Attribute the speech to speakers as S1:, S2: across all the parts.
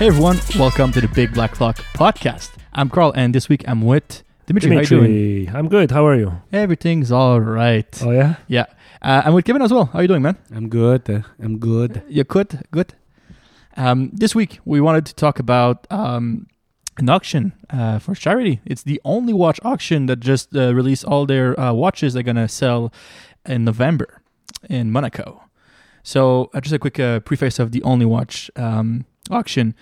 S1: Hey everyone, welcome to the Big Black Clock podcast. I'm Carl, and this week I'm with Dimitri. How you doing?
S2: Dimitri, I'm good. How are you?
S1: Everything's all right.
S2: Oh yeah,
S1: Yeah, uh, I'm with Kevin as well. How you doing, man?
S3: I'm good. uh, I'm good.
S1: You good? Good. Um, this week we wanted to talk about um, an auction uh, for charity. It's the only watch auction that just uh, released all their uh, watches they're gonna sell in November in Monaco. So uh, just a quick uh, preface of the only watch um, auction.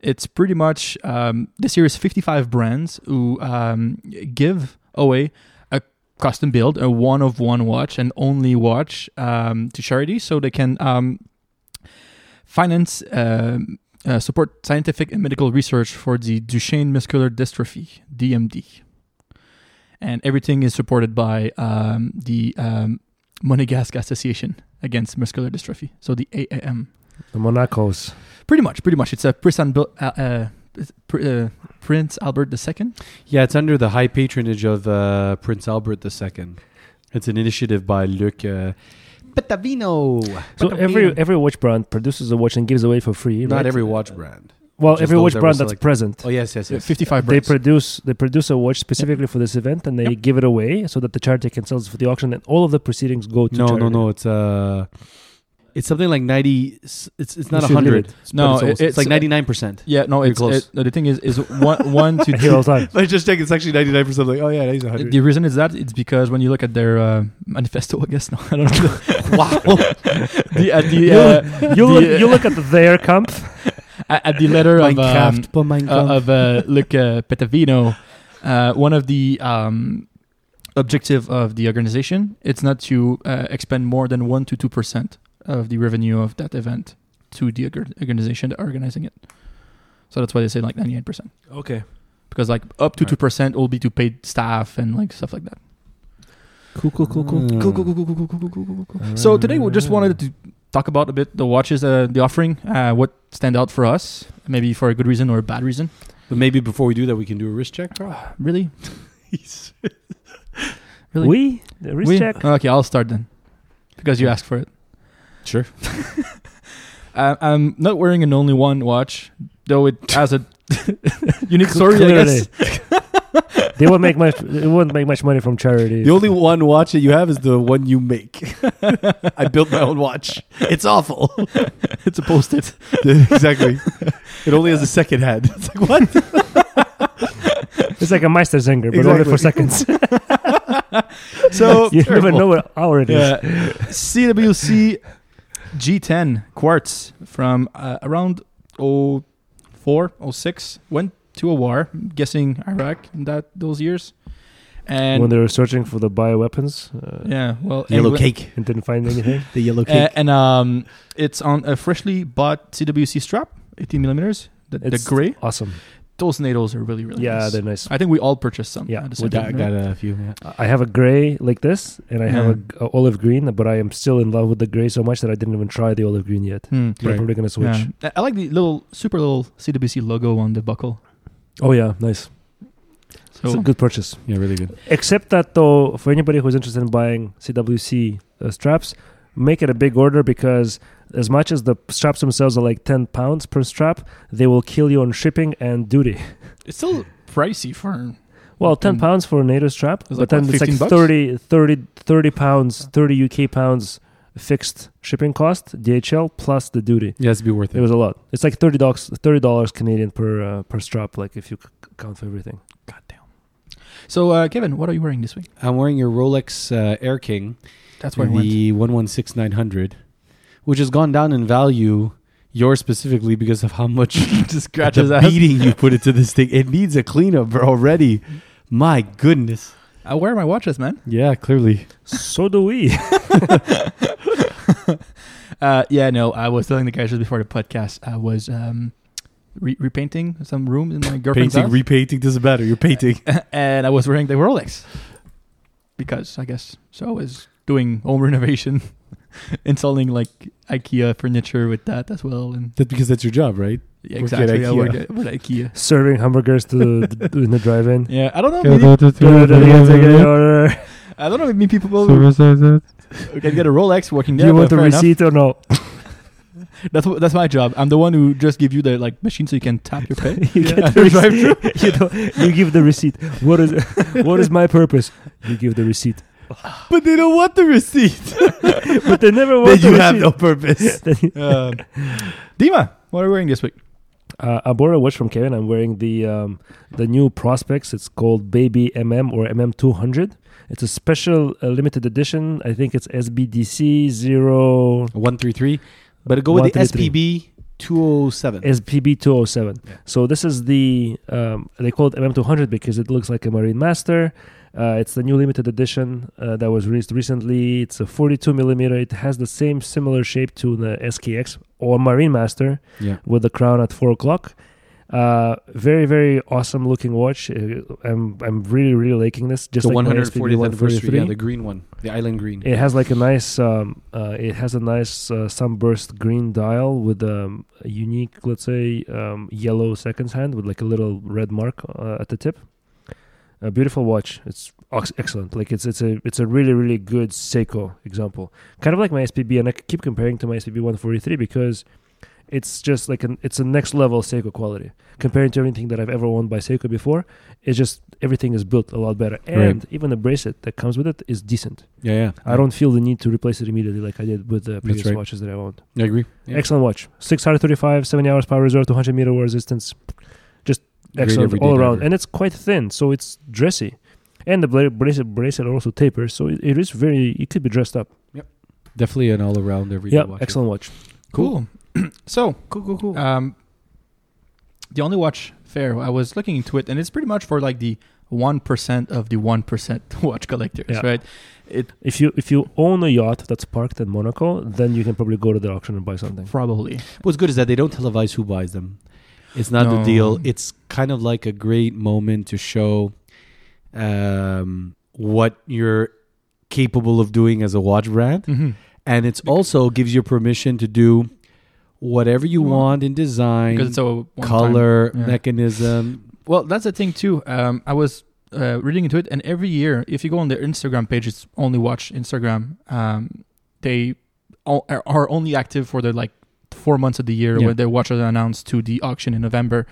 S1: It's pretty much um, this year is 55 brands who um, give away a custom build, a one of one watch, an only watch um, to charity, so they can um, finance um uh, support scientific and medical research for the Duchenne muscular dystrophy (DMD), and everything is supported by um, the um, Monegasque Association Against Muscular Dystrophy, so the AAM.
S2: the Monaco's.
S1: Pretty much, pretty much, it's a Prince, Albert- uh, uh, Pr- uh, Prince Albert II.
S3: Yeah, it's under the high patronage of uh, Prince Albert II. It's an initiative by Luc uh, Petavino.
S2: So every every watch brand produces a watch and gives away for free.
S3: not
S2: right?
S3: every watch brand.
S2: well
S3: just
S2: every
S3: those
S2: watch
S3: that were
S2: brand that's
S3: selected.
S2: present.
S3: Oh yes, yes,
S1: Uh,
S3: yes.
S1: 55
S2: They
S1: brands.
S2: produce they produce a watch specifically for this event and they
S1: Yep.
S2: give it away so that the charity can sell it for the auction and all of the proceedings go to
S3: no,
S2: charity.
S3: no, no. It's uh, it's something like ninety. It's it's not
S2: You should leave
S3: hundred.
S2: it.
S1: No, it-
S3: it's,
S1: it's-
S3: like ninety nine percent.
S1: yeah, no,
S3: You're
S1: it's
S3: close.
S1: it- no, the thing is, is one, one to
S2: I hear all the time.
S3: Let's just check. It's actually ninety nine percent. Like oh yeah, he's hundred.
S1: The reason is that it's because when you look at their uh, manifesto, I guess no, I don't know.
S3: wow.
S1: the, at the
S2: You-
S1: uh,
S2: You
S1: the,
S2: look,
S1: uh,
S2: you look at their comp.
S1: at at the letter of um,
S3: Minecraft, but Minecraft.
S1: uh, of uh, Luke uh, Petavino, uh, one of the um, objective of the organization, it's not to uh, expend more than one to two percent of the revenue of that event to the org- organization that organizing it. So that's why they say like ninety eight percent,
S2: Okay.
S1: because like up to
S3: Right.
S1: two percent will be to paid staff and like stuff like that.
S2: Cool, cool, cool, cool.
S3: Mm.
S1: Cool, cool, cool, cool, cool, cool, cool, cool, cool, cool. So today we just wanted to talk about a bit the watches, uh, the offering, uh, what stand out for us, maybe for a good reason or a bad reason.
S3: But maybe before we do that, we can do a wrist check.
S1: Really? Really?
S2: We the wrist
S1: We-
S2: check.
S1: Okay, I'll start then, because you asked for it.
S3: Sure.
S1: Uh, I'm not wearing an only one watch, though it has a unique story. I
S2: Clearly.
S1: guess.
S2: they won't make much. They won't make much money from charity.
S3: The only one watch that you have is the one you make. I built my own watch. It's awful.
S1: It's a post-it.
S3: exactly. It only has a second hand. It's like what?
S2: it's like a Meister Zinger, but only
S3: Exactly.
S2: for seconds.
S3: So
S2: you don't even know what hour it is.
S1: Yeah. CWC G10 quartz from uh, around 04, 06. Went to a war, I'm guessing Iraq in that those years. And
S2: when they were searching for the bioweapons uh,
S1: yeah, well, anyway-
S3: cake.
S2: and didn't find anything.
S3: The yellow
S1: Uh, and um, it's on a freshly bought CWC strap, 18 millimeters. The, the
S2: It's
S1: gray.
S2: Awesome.
S1: Those nails are really, really
S2: Yeah,
S1: nice.
S2: they're nice.
S1: I think we all purchased some.
S2: Yeah,
S1: at the same
S2: we got-
S1: time, right?
S3: got a few. Yeah.
S2: I have a gray like this, and I have a
S1: Yeah.
S2: g- a, olive green, but I am still in love with the gray so much that I didn't even try the olive green yet.
S1: Hmm.
S2: But I'm
S3: Right.
S2: probably gonna switch.
S1: Yeah. I I like the little, super little CWC logo on the buckle.
S2: Oh yeah, nice.
S1: So
S2: It's a good purchase.
S3: yeah, really good.
S2: Except that though, for anybody who's interested in buying CWC uh, straps, make it a big order because as much as the straps themselves are like ten pounds per strap, they will kill you on shipping and duty.
S1: it's still pricey for
S2: Well, ten
S1: Mm.
S2: pounds for a NATO strap,
S1: It's like,
S2: but then
S1: what,
S2: it's
S1: 15
S2: like
S1: bucks?
S2: 30, 30, 30 pounds, thirty UK pounds fixed shipping cost, DHL plus the duty.
S3: Yeah, it's be worth
S2: It was a lot. It's like thirty dollars, thirty dollars Canadian per uh, per strap, like if you c- c- count for everything.
S1: Goddamn. So, uh, Kevin, what are you wearing this week?
S3: I'm wearing your Rolex uh, Air King,
S1: That's where I went.
S3: the one one six nine hundred, which has gone down in value. Yours specifically because of how much
S1: Just scratch his
S3: the
S1: ass.
S3: beating you put into this thing. It needs a cleanup bro, already. My goodness.
S1: I wear my watches, man.
S3: Yeah, clearly.
S2: so do we.
S1: Uh, yeah, no, I was telling the guys just before the podcast, I was um, re- repainting some room in my girlfriend's
S3: Painting,
S1: house,
S3: repainting doesn't matter. You're painting.
S1: and I was wearing the Rolex because I guess so I was doing home renovation, installing like IKEA furniture with that as well, and
S3: That's because that's your job, right?
S1: yeah,
S3: Work at
S1: exactly, I
S3: IKEA.
S1: worked at, with IKEA.
S2: Serving hamburgers to the, in the drive-in.
S1: Yeah, I don't know. Maybe,
S3: Do
S2: order.
S1: I don't know. Maybe people who can get a Rolex working
S2: Do
S1: there.
S2: you
S1: but
S2: want the
S1: fair enough.
S2: receipt or no?
S1: That's wh- that's my job. I'm the one who just give you the like machine so you can tap your pay.
S2: you
S1: Yeah.
S2: get the receipt. you, don't- you give the receipt. What is what is my purpose? You give the receipt.
S3: but they don't want the receipt.
S2: But they never
S3: then
S2: want the
S3: you have
S2: receipt.
S3: no purpose.
S1: um, Dima, what are we wearing this week?
S2: Uh, I bought a watch from Kevin. I'm wearing the um, the new Prospects. It's called Baby MM or MM 200. It's a special uh, limited edition. I think it's SBDC zero
S3: One three three, but go with the
S2: 133.
S3: SPB two oh seven.
S2: SPB 207.
S3: Yeah.
S2: So this is the um, they call it MM200 because it looks like a Marine Master. Uh, it's the new limited edition uh, that was released recently. It's a 42 millimeter. It has the same similar shape to the SKX or Marine Master
S3: Yeah.
S2: with the crown at four o'clock. Uh, very very awesome looking watch. Uh, I'm I'm really really liking this. Just
S3: the
S2: like
S3: one
S2: my
S3: hundred
S2: SPB
S3: fortieth anniversary.
S2: 143.
S3: Yeah, the green one, the island green.
S2: It has like a nice, um, uh, it has a nice uh, sunburst green dial with um, a unique, let's say, um, yellow seconds hand with like a little red mark uh, at the tip. A beautiful watch. It's ox- excellent. Like it's it's a it's a really really good Seiko example. Kind of like my SPB, and I keep comparing to my SPB 143 because it's just like an it's a next level Seiko quality compared to everything that I've ever owned by Seiko before. It's just everything is built a lot better,
S3: Right.
S2: and even the bracelet that comes with it is decent.
S3: yeah, yeah.
S2: I don't feel the need to replace it immediately like I did with the previous
S3: right.
S2: watches that I owned.
S3: I agree. Yeah.
S2: Excellent watch. 635, 70 hours power reserve, 200 meter war resistance. Just
S3: Great
S2: excellent
S3: everyday
S2: all around.
S3: driver.
S2: And it's quite thin, so it's dressy. And the bla- bracelet, bracelet also tapers, so it, it is very, it could be dressed up.
S3: Definitely an all around everyday
S2: Yeah,
S3: watch.
S2: excellent watch.
S1: Cool. so
S3: Cool, cool, cool.
S1: Um, the only watch fair I was looking into it, and it's pretty much for like the one percent of the one percent watch collectors,
S2: Yeah.
S1: right? It
S2: If you if you own a yacht that's parked in Monaco, then you can probably go to the auction and buy something.
S1: probably
S3: What's good is that they don't televise who buys them. It's not the
S1: No.
S3: deal. It's kind of like a great moment to show um, what you're capable of doing as a watch brand,
S1: Mm-hmm.
S3: and it's also gives you permission to do whatever you
S1: Well,
S3: want in design,
S1: because it's a one-time-
S3: color,
S1: Yeah.
S3: mechanism.
S1: Well, that's the thing too. Um, I was uh, reading into it, and every year, if you go on their Instagram page, it's only watch Instagram. Um, they all, are- are only active for the like four months of the year
S3: Yeah.
S1: when their watches are announced to the auction in November.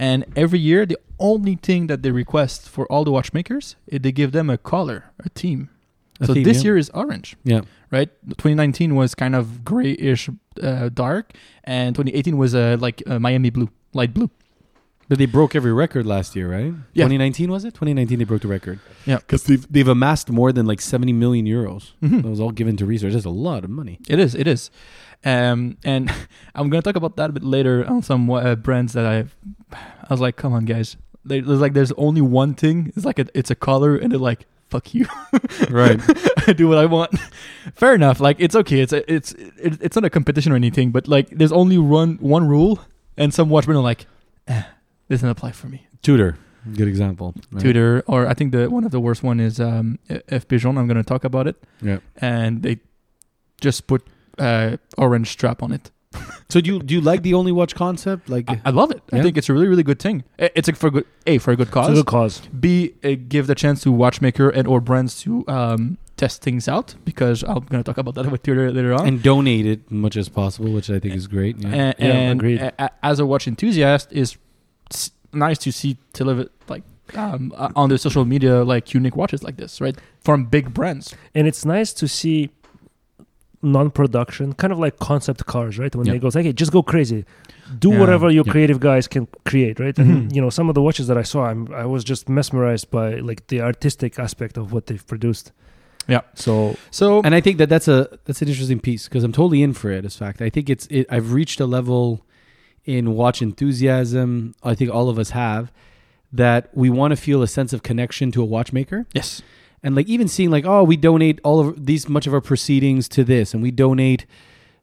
S1: And every year, the only thing that they request for all the watchmakers, is they give them a color, a team.
S3: A
S1: so
S3: theme,
S1: this
S3: yeah.
S1: year is orange.
S3: Yeah.
S1: Right. 2019 was kind of grayish, uh, dark, and 2018 was uh, like uh, Miami blue, light blue.
S3: But they broke every record last year, right?
S1: Yeah.
S3: 2019 was it? 2019 they broke the record.
S1: Yeah.
S3: because they've they've amassed more than like 70 million euros.
S1: Mhm.
S3: That was all given to research. That's a lot of money.
S1: It is. It is. Um, and I'm gonna talk about that a bit later on some uh, brands that I, I was like, come on, guys. There- There's like there's only one thing. It's like a, it's a collar, and they're like, fuck you.
S3: Right.
S1: I do what I want. Fair enough. Like it's okay. It's a, it's it, it's not a competition or anything. But like there's only one one rule, and some watchmen are like, eh, this doesn't apply for me.
S3: Tudor, good example. Right.
S1: Tudor, or I think the one of the worst one is um, F Pigeon. I'm gonna talk about it.
S3: Yeah.
S1: And they just put uh, orange strap on it.
S3: So do you do you like the only watch concept? Like
S1: I, I love it. I
S3: Yeah.
S1: think it's a really, really good thing. I- It's a for good a for a good
S2: It's a
S1: cause.
S2: good cause.
S1: B uh, give the chance to watchmaker and or brands to um, test things out because I'm gonna talk about that with Twitter later on.
S3: and donate it as much as possible, which I think is great.
S1: A-
S3: Yeah.
S1: And,
S2: Yeah, agreed.
S1: a- a- as a watch enthusiast, is s- nice to see to live it like um, uh, on the social media like unique watches like this, right? From big brands.
S2: and it's nice to see non-production kind of like concept cars right when
S3: Yeah.
S2: they go like hey just go crazy do
S1: Yeah,
S2: whatever your
S3: yeah. Mm-hmm.
S2: creative guys can create right and
S1: Mhm.
S2: you know some of the watches that i saw I'm, i was just mesmerized by like the artistic aspect of what they've produced
S1: Yeah.
S2: so
S1: So
S3: And I think that that's a that's an interesting piece because I'm totally in for it. As fact, I think it's it, I've reached a level in watch enthusiasm. I think all of us have that we want to feel a sense of connection to a watchmaker.
S1: yes,
S3: and like even seeing like oh we donate all of these much of our proceedings to this and we donate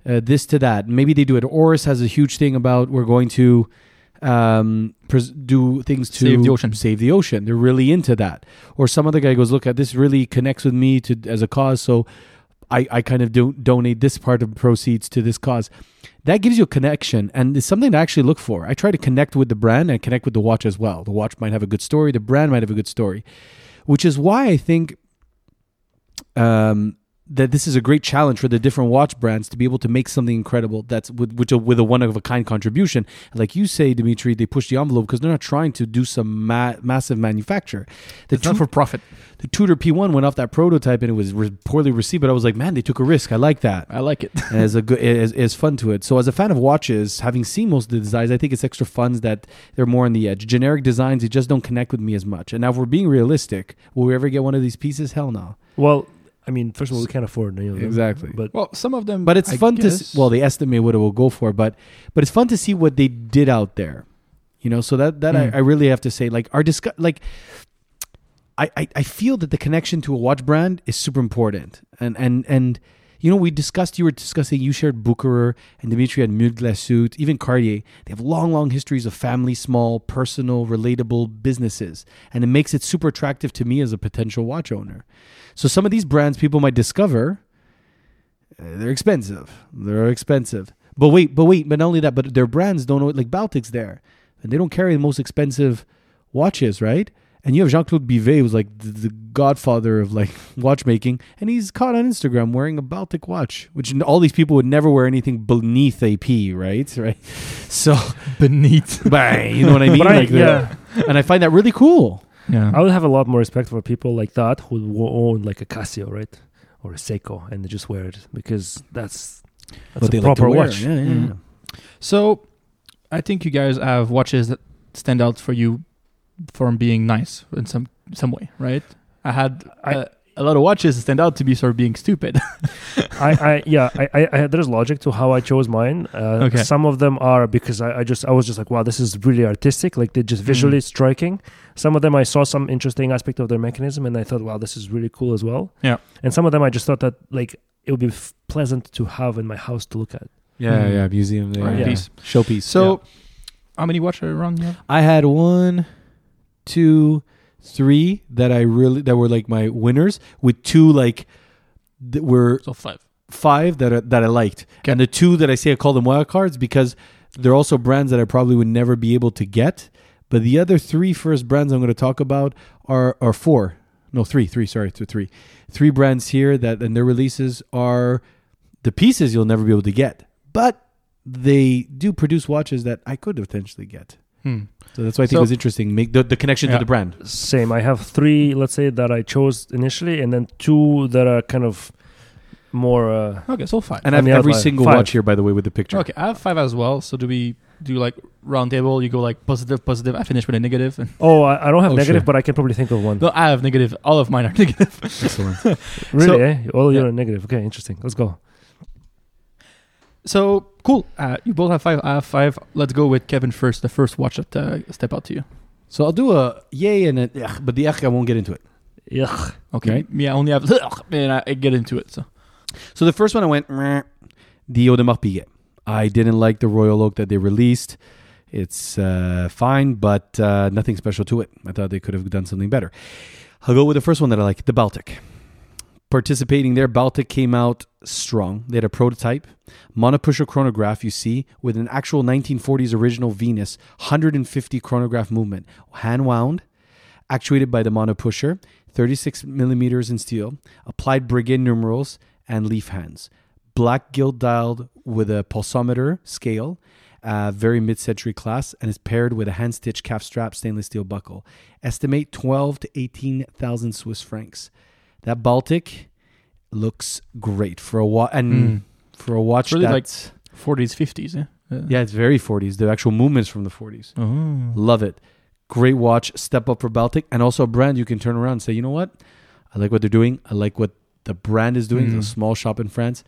S3: uh, this to that maybe they do it oris has a huge thing about we're going to um pres- do things to
S1: Save the ocean.
S3: save the ocean they're really into that or some other guy goes look at this really connects with me to as a cause so i i kind of do donate this part of proceeds to this cause that gives you a connection and it's something to actually look for i try to connect with the brand and connect with the watch as well the watch might have a good story the brand might have a good story which is why I think um, that this is a great challenge for the different watch brands to be able to make something incredible that's with which a, with a one of a kind contribution. Like you say, Dimitri, they push the envelope because they're not trying to do some ma- massive manufacture. The,
S1: It's not
S3: tu-
S1: for profit.
S3: the Tudor P1 went off that prototype and it was re- poorly received, but I was like, man, they took a risk. I like that
S1: I like it.
S3: as a good as, as fun to it. So as a fan of watches, having seen most of the designs, I think it's extra fun that they're more on the edge. Generic designs, they just don't connect with me as much. And now if we're being realistic, will we ever get one of these pieces? Hell no.
S2: Well, I mean, first of all, we can't afford any of them.
S3: Exactly.
S2: But
S1: Well, some of them.
S3: But it's
S1: I
S3: fun to
S1: guess.
S3: s- well, they estimate what it will go for, but but it's fun to see what they did out there. You know, so that that
S1: Mm.
S3: I, I really have to say, like our discuss like I, I I feel that the connection to a watch brand is super important, and and and you know we discussed you were discussing you shared Bucherer and Dimitri had Mille Glaçut, even Cartier. They have long long histories of family, small, personal, relatable businesses, and it makes it super attractive to me as a potential watch owner. So some of these brands people might discover uh, they're expensive. They're expensive. But wait, but wait, but not only that, but their brands don't know like Baltic's there, and they don't carry the most expensive watches, right? And you have Jean Claude Bivet, who's like the, the godfather of like watchmaking, and he's caught on Instagram wearing a Baltic watch, which n- all these people would never wear anything beneath a P, right? Right. So,
S1: beneath.
S3: bang, you know what I mean?
S2: but I,
S3: Like, they're-
S2: yeah,
S3: And I find that really cool.
S1: Yeah.
S2: I would have a lot more respect for people like that who wo- own like a Casio, right, or a Seiko, and they just wear it because that's that's
S3: But
S2: a proper watch.
S3: Yeah, yeah,
S1: Mm.
S3: yeah.
S1: So, I think you guys have watches that stand out for you from being nice in some some way, right? I had
S2: I-
S1: uh, a lot of watches that stand out to be sort of being stupid.
S2: I, I yeah, I, I, I there's logic to how I chose mine. Uh,
S1: Okay.
S2: Some of them are because I, I just I was just like, wow, this is really artistic. Like they're just
S1: Mm.
S2: visually striking. Some of them I saw some interesting aspect of their mechanism, and I thought, wow, this is really cool as well.
S1: Yeah.
S2: And some of them I just thought that like it would be f- pleasant to have in my house to look at.
S3: Yeah,
S1: Mm.
S3: yeah, museum there.
S1: Right.
S3: yeah.
S1: Piece.
S3: Showpiece.
S1: So, how many watches are around? You have?
S3: I had one, two, three that I really that were like my winners, with two like that were
S1: So five.
S3: five that I, that I liked,
S1: Okay.
S3: and the two that I say I call them wild cards because they're also brands that I probably would never be able to get. But the other three first brands I'm going to talk about are are four, no three, three, sorry, two, three, three brands here that and their releases are the pieces you'll never be able to get, but they do produce watches that I could potentially get.
S1: Hmm.
S3: So that's why I think
S1: So-
S3: it was interesting. Make the, the connection
S1: Yeah.
S3: to the brand.
S2: Same. I have three, let's say, that I chose initially, and then two that are kind of more. Uh,
S1: Okay, so five.
S2: On
S3: And I have
S2: the
S3: every
S2: outline.
S3: single
S2: Five.
S3: watch here, by the way, with the picture.
S1: Okay, I have five as well. So do we do like round table? You go like positive, positive. I finish with a negative. And,
S2: oh, I, I don't have
S3: Oh,
S2: negative,
S3: sure.
S2: but I can probably think of one.
S1: no, I have negative. All of mine are negative.
S3: Excellent.
S2: really?
S1: so-
S2: eh? All
S1: Yeah.
S2: you're negative. Okay, interesting. Let's go.
S1: So cool. Uh, you both have five. I have five. Let's go with Kevin first. The first watch that uh, step out to you.
S3: so I'll do a yay and an ugh, but the ugh, I won't get into it.
S2: Yeah.
S1: Okay.
S3: Right.
S1: Me, I only have and I, I get into it. So
S3: So the first one I went, "Meh," the Audemars Piguet. I didn't like the Royal Oak that they released. It's uh, fine, but uh, nothing special to it. I thought they could have done something better. I'll go with the first one that I like, the Baltic. Participating there, Baltic came out strong. They had a prototype, monopusher chronograph, you see, with an actual 1940s original Venus, 150 chronograph movement, hand wound, actuated by the monopusher, 36 millimeters in steel, applied brigand numerals and leaf hands, black gilt dialed with a pulsometer scale, uh, very mid-century class, and is paired with a hand-stitched calf strap stainless steel buckle. Estimate 12 to 18 thousand Swiss francs. That Baltic looks great for a watch, and
S1: Mm.
S3: for a watch
S1: It's really like-
S3: that's
S1: 40s, 50s. Yeah.
S3: yeah, it's very 40s. The actual movement's from the 40s.
S1: Oh.
S3: Love it. Great watch. Step up for Baltic, and also a brand you can turn around and say, you know what? I like what they're doing. I like what the brand is doing.
S1: Mm.
S3: It's a small shop in France.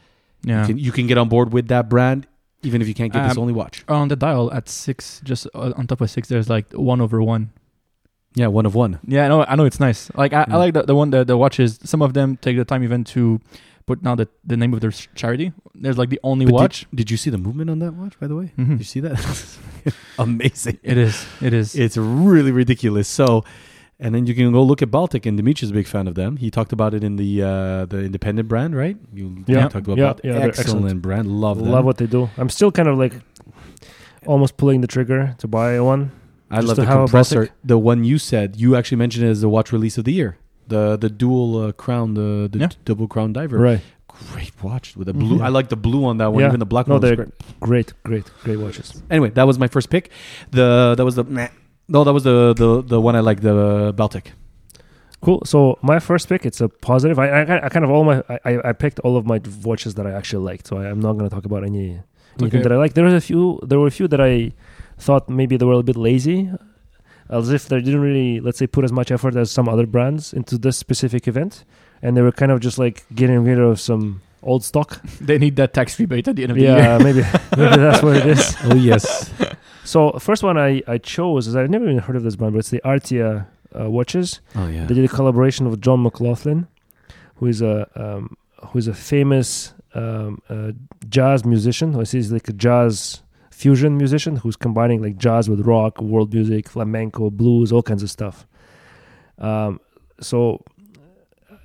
S1: Yeah.
S3: You, can, you can get on board with that brand, even if you can't get this
S1: Um,
S3: only watch.
S1: on the dial at six, just uh, on top of six, there's like one over one.
S3: Yeah, one of one.
S1: Yeah, I know. I know it's nice. Like I,
S3: Yeah.
S1: I like the, the one that the watches. Some of them take the time even to put now the, the name of their s- charity. There's like the only
S3: But
S1: watch.
S3: Did, did you see the movement on that watch? By the way,
S1: Mhm.
S3: did you see that? Amazing.
S1: It is. It is.
S3: It's really ridiculous. So, and then you can go look at Baltic, and Dimitri's a big fan of them. He talked about it in the uh, the independent brand, right? You
S2: Yeah.
S3: talked about
S2: Yeah,
S3: Baltic.
S2: yeah, they're
S3: excellent,
S2: excellent.
S3: brand. Love them.
S2: Love what they do. I'm still kind of like almost pulling the trigger to buy one.
S3: I
S2: Just
S3: love
S2: to
S3: the
S2: have a
S3: compressor.
S2: Baltic.
S3: The one you said you actually mentioned it as the watch release of the year. the the dual uh, crown, the, the
S1: Yeah.
S3: d- double crown diver.
S2: Right.
S3: Great watch with the blue.
S2: Mhm.
S3: I like the blue on that one.
S2: Yeah.
S3: Even the black
S2: No,
S3: one. was
S2: they're-
S3: great.
S2: Great, great, great watches.
S3: Anyway, that was my first pick. The that was the meh. no, that was the the, the one I like the Baltic.
S2: Cool. So my first pick, it's a positive. I, I, I kind of all my I- I, I picked all of my watches that I actually liked. So I, am not going to talk about any anything
S3: Okay.
S2: that I like. There was a few. There were a few that I thought maybe they were a bit lazy, as if they didn't really let's say put as much effort as some other brands into this specific event, and they were kind of just like getting rid of some old stock.
S1: They need that tax rebate at the end of the year.
S2: Yeah, maybe maybe that's what it is.
S3: Oh yes,
S2: So first one I I chose is I've never even heard of this brand, but it's the Artia uh, watches.
S3: oh yeah.
S2: They did a collaboration with John McLaughlin, who is a um, who is a famous um, uh, jazz musician. Or he's like a jazz fusion musician who's combining like jazz with rock, world music, flamenco, blues, all kinds of stuff. Um, so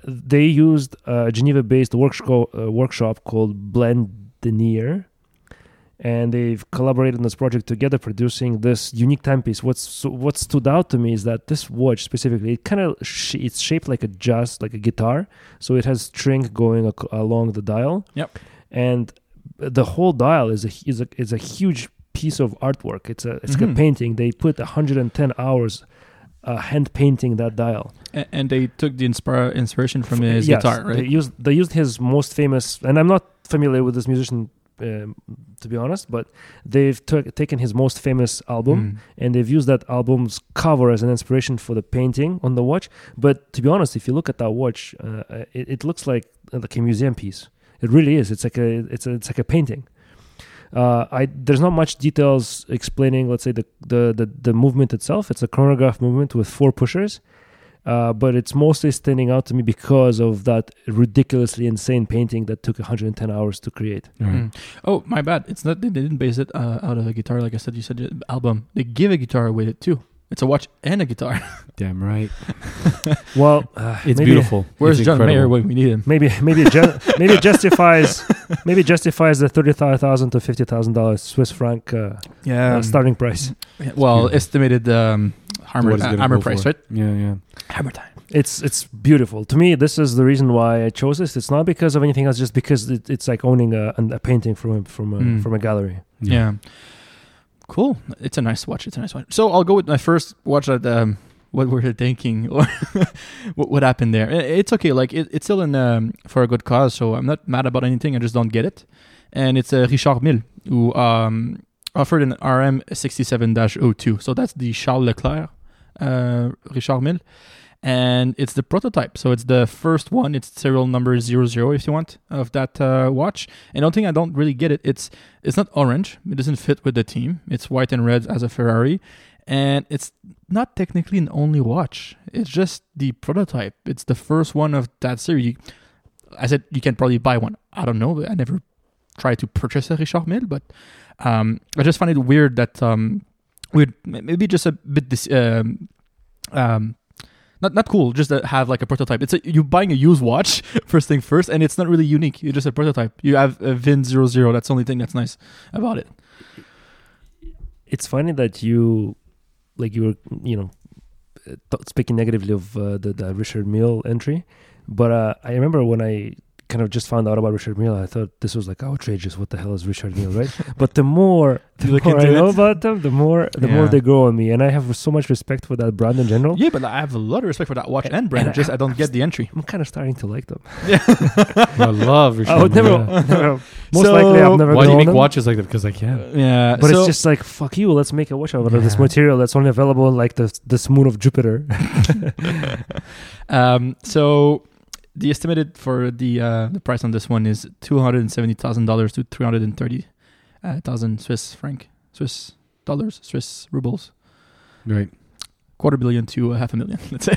S2: they used a Geneva-based workshop uh, workshop called Blendinier. And they've collaborated on this project together, producing this unique timepiece. What's so what stood out to me is that this watch specifically, it kind of sh- it's shaped like a jazz, like a guitar. So it has string going ac- along the dial.
S1: Yep.
S2: And the whole dial is a hu- is a, is a huge piece of artwork. It's a it's like
S1: Mhm.
S2: a painting. They put 110 hours uh, hand painting that dial
S1: A- and they took the inspira- inspiration from
S2: f-
S1: his
S2: yes,
S1: guitar,
S2: They
S1: right?
S2: used they used his most famous, and I'm not familiar with this musician um, to be honest, but they've took taken his most famous album
S1: Mm.
S2: and they've used that album's cover as an inspiration for the painting on the watch. But to be honest, if you look at that watch, uh, it, it looks like uh, like a museum piece. It really is. It's like a it's a, it's like a painting. Uh, I there's not much details explaining. Let's say the, the the the movement itself. It's a chronograph movement with four pushers, uh, but it's mostly standing out to me because of that ridiculously insane painting that took 110 hours to create.
S1: Mm. Oh, my bad. It's not. They didn't base it uh, out of a guitar, like I said. You said uh, album. They give a guitar with it too. It's a watch and a guitar.
S3: Damn right.
S2: Well, uh,
S3: It's
S2: maybe-
S3: beautiful.
S1: Where's
S3: It's
S1: John Mayer
S3: incredible.
S1: when we need him?
S2: Maybe maybe it ju- maybe it justifies maybe it justifies the thirty five thousand to fifty thousand dollars Swiss franc uh,
S1: Yeah.
S2: uh, starting price.
S1: well,
S3: Yeah.
S1: estimated um, armor
S3: What is it
S1: uh,
S3: gonna
S1: armor
S3: go
S1: price,
S3: for?
S1: right?
S3: Yeah, yeah.
S1: Hammer time.
S2: It's it's beautiful to me. This is the reason why I chose this. It's not because of anything else, just because it, it's like owning a, an- a painting from a, from a,
S1: Mm.
S2: from a gallery.
S1: Yeah. Cool. It's a nice watch. It's a nice watch. So I'll go with my first watch that um what were they thinking or what, what happened there. I- It's okay. Like it, it's still in um, for a good cause, so I'm not mad about anything. I just don't get it. And it's uh, Richard Mille who um offered an RM 67-02. So that's the Charles Leclerc uh Richard Mille and it's the prototype. So it's the first one. It's serial number 00 if you want of that uh, watch. And one thing I don't really get it. It's it's not orange. It doesn't fit with the team. It's white and red as a Ferrari, and it's not technically an only watch. It's just the prototype. It's the first one of that series. You- I said you can probably buy one. I don't know. I never tried to purchase a Richard Mille, but um, I just find it weird that um, weird m- maybe just a bit this um, um, not not cool. Just to have like a prototype. It's a, you buying a used watch first thing first, and it's not really unique. You're just a prototype. You have a VIN 00. That's the only thing that's nice about it.
S2: It's funny that you like you were you know uh, t- speaking negatively of uh, the, the Richard Mille entry, but uh, I remember when I kind of just found out about Richard Mille, I thought this was like outrageous. What the hell is Richard Mille, right? but the more
S1: You
S2: the
S1: look
S2: more I
S1: into
S2: know
S1: it?
S2: about them, the more the more
S1: Yeah.
S2: they grow on me, and I have so much respect for that brand in general.
S1: Yeah, but I have a lot of respect for that watch
S2: And-
S1: and brand.
S2: and
S1: just
S2: I-
S1: I don't get the entry.
S2: I'm kind of starting to like them.
S3: I love.
S2: I would never,
S3: Richemont, yeah.
S2: never- most
S1: So-
S2: likely, I've never.
S3: Why do you
S2: gonna
S3: make
S2: own them.
S3: watches like that? Because I can.
S1: Yeah,
S2: But it's just like fuck you. Let's make a watch out of this
S3: Yeah.
S2: material that's only available on like the this moon of Jupiter.
S1: um, so the estimated for the uh, the price on this one is two hundred and seventy thousand dollars to three hundred and thirty uh, thousand Swiss franc, Swiss dollars, Swiss rubles.
S3: Right.
S1: quarter billion to a half a million. Let's say.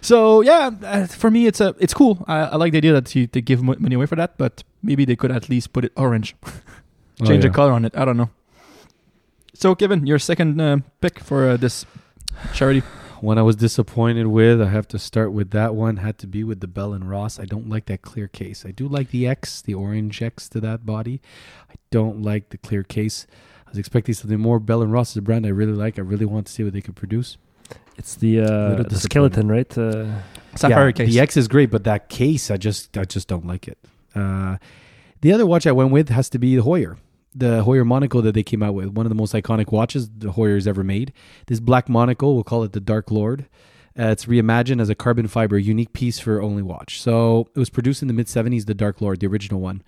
S1: so yeah, uh, for me, it's a it's cool. I, I like the idea that you, they give mo- money away for that, but maybe they could at least put it orange,
S3: Oh,
S1: change
S3: yeah.
S1: the color on it. I don't know. So Kevin, your second uh, pick for uh, this charity.
S3: One I was disappointed with. I have to start with that one. Had to be with the Bell and Ross. I don't like that clear case. I do like the X, the orange X to that body. I don't like the clear case. I was expecting something more. Bell and Ross is a brand I really like. I really want to see what they could produce.
S2: It's the uh,
S3: Little
S2: the skeleton, right? Uh,
S1: Sapphire case.
S3: The X is great, but that case, I just I just don't like it. Uh, the other watch I went with has to be the Hoyer, the Hoyer Monaco that they came out with, one of the most iconic watches the Hoyer's ever made. This black Monaco, we'll call it the Dark Lord. Uh, it's reimagined as a carbon fiber, unique piece for only watch. So it was produced in the mid '70s, the Dark Lord, the original one.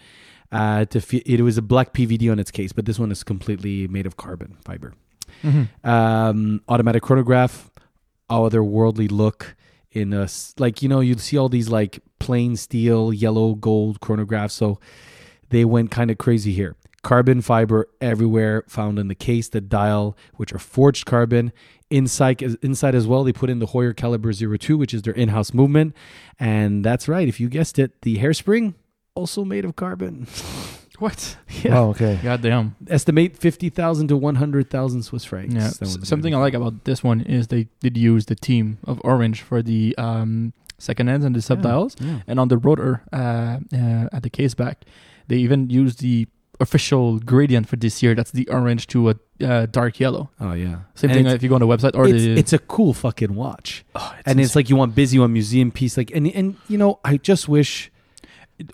S3: Uh, to fe- it was a black PVD on its case, but this one is completely made of carbon fiber
S1: Mhm.
S3: um, automatic chronograph, otherworldly look in a s- like you know you'd see all these like plain steel, yellow, gold chronographs. So they went kind of crazy here. Carbon fiber everywhere found in the case, the dial, which are forged carbon. Inside, inside as well, they put in the Hoyer Caliber 02, which is their in house movement. And that's right, if you guessed it, the hairspring also made of carbon.
S1: What?
S3: Yeah.
S2: Oh, okay.
S1: Goddamn.
S3: Estimate 50,000 to 100,000 Swiss francs.
S1: Yeah.
S3: That was
S1: S- something I like about this one is they did use the team of Orange for the um, second hands and the sub
S3: Yeah.
S1: dials.
S3: Yeah.
S1: and on the rotor uh, uh, at the case back, they even used the official gradient for this year. That's the orange to a uh, dark yellow.
S3: Oh, yeah.
S1: Same
S3: And
S1: thing uh,
S3: it's-
S1: if you go on the website or
S3: it's,
S1: the.
S3: it's a cool fucking watch,
S1: Oh,
S3: and it's like you want busy, you want museum piece, like and and you know I just wish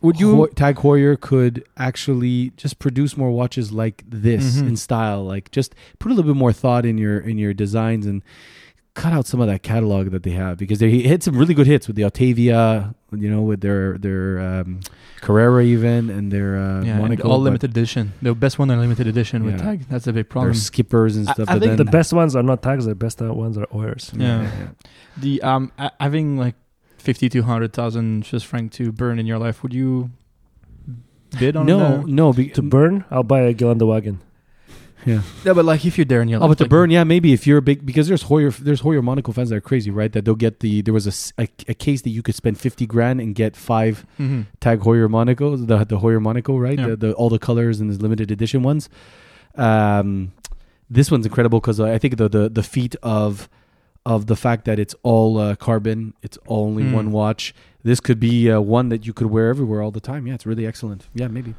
S1: would you?
S3: Ho- Tag Heuer could actually just produce more watches like this
S1: Mhm.
S3: in style, like just put a little bit more thought in your in your designs and cut out some of that catalog that they have because they hit some really good hits with the Octavia, you know, with their their um, Carrera even and their uh,
S1: yeah, and
S3: Monaco,
S1: all
S3: but
S1: limited edition. The best one are limited edition with
S3: Yeah.
S1: tag. That's a big
S3: their
S1: problem.
S3: skippers and
S2: I,
S3: stuff.
S2: I
S3: but
S2: think the
S3: then-
S2: best ones are not tags. The best ones are oars.
S1: Yeah. The um a- having like fifty to hundred thousand Swiss franc to burn in your life. Would you bid on
S3: No,
S1: the-
S3: no, be,
S2: To burn, I'll buy a Geländewagen. wagon.
S1: Yeah, but like if you're there and you're
S3: Oh, but
S1: like,
S3: the burn, yeah, maybe if you're a big because there's Hoyer, there's Hoyer Monaco fans that are crazy, right? That they'll get the there was a s- a, a case that you could spend fifty grand and get five
S1: Mhm.
S3: tag Hoyer Monaco, the the Hoyer Monaco, right?
S1: Yeah.
S3: The, the all the colors and the limited edition ones. Um, this one's incredible because I think the the the feat of of the fact that it's all uh, carbon, it's only
S2: Hmm.
S1: Mm.
S3: one watch. This could be uh, one that you could wear everywhere all the time. Yeah, it's really excellent. Yeah, maybe.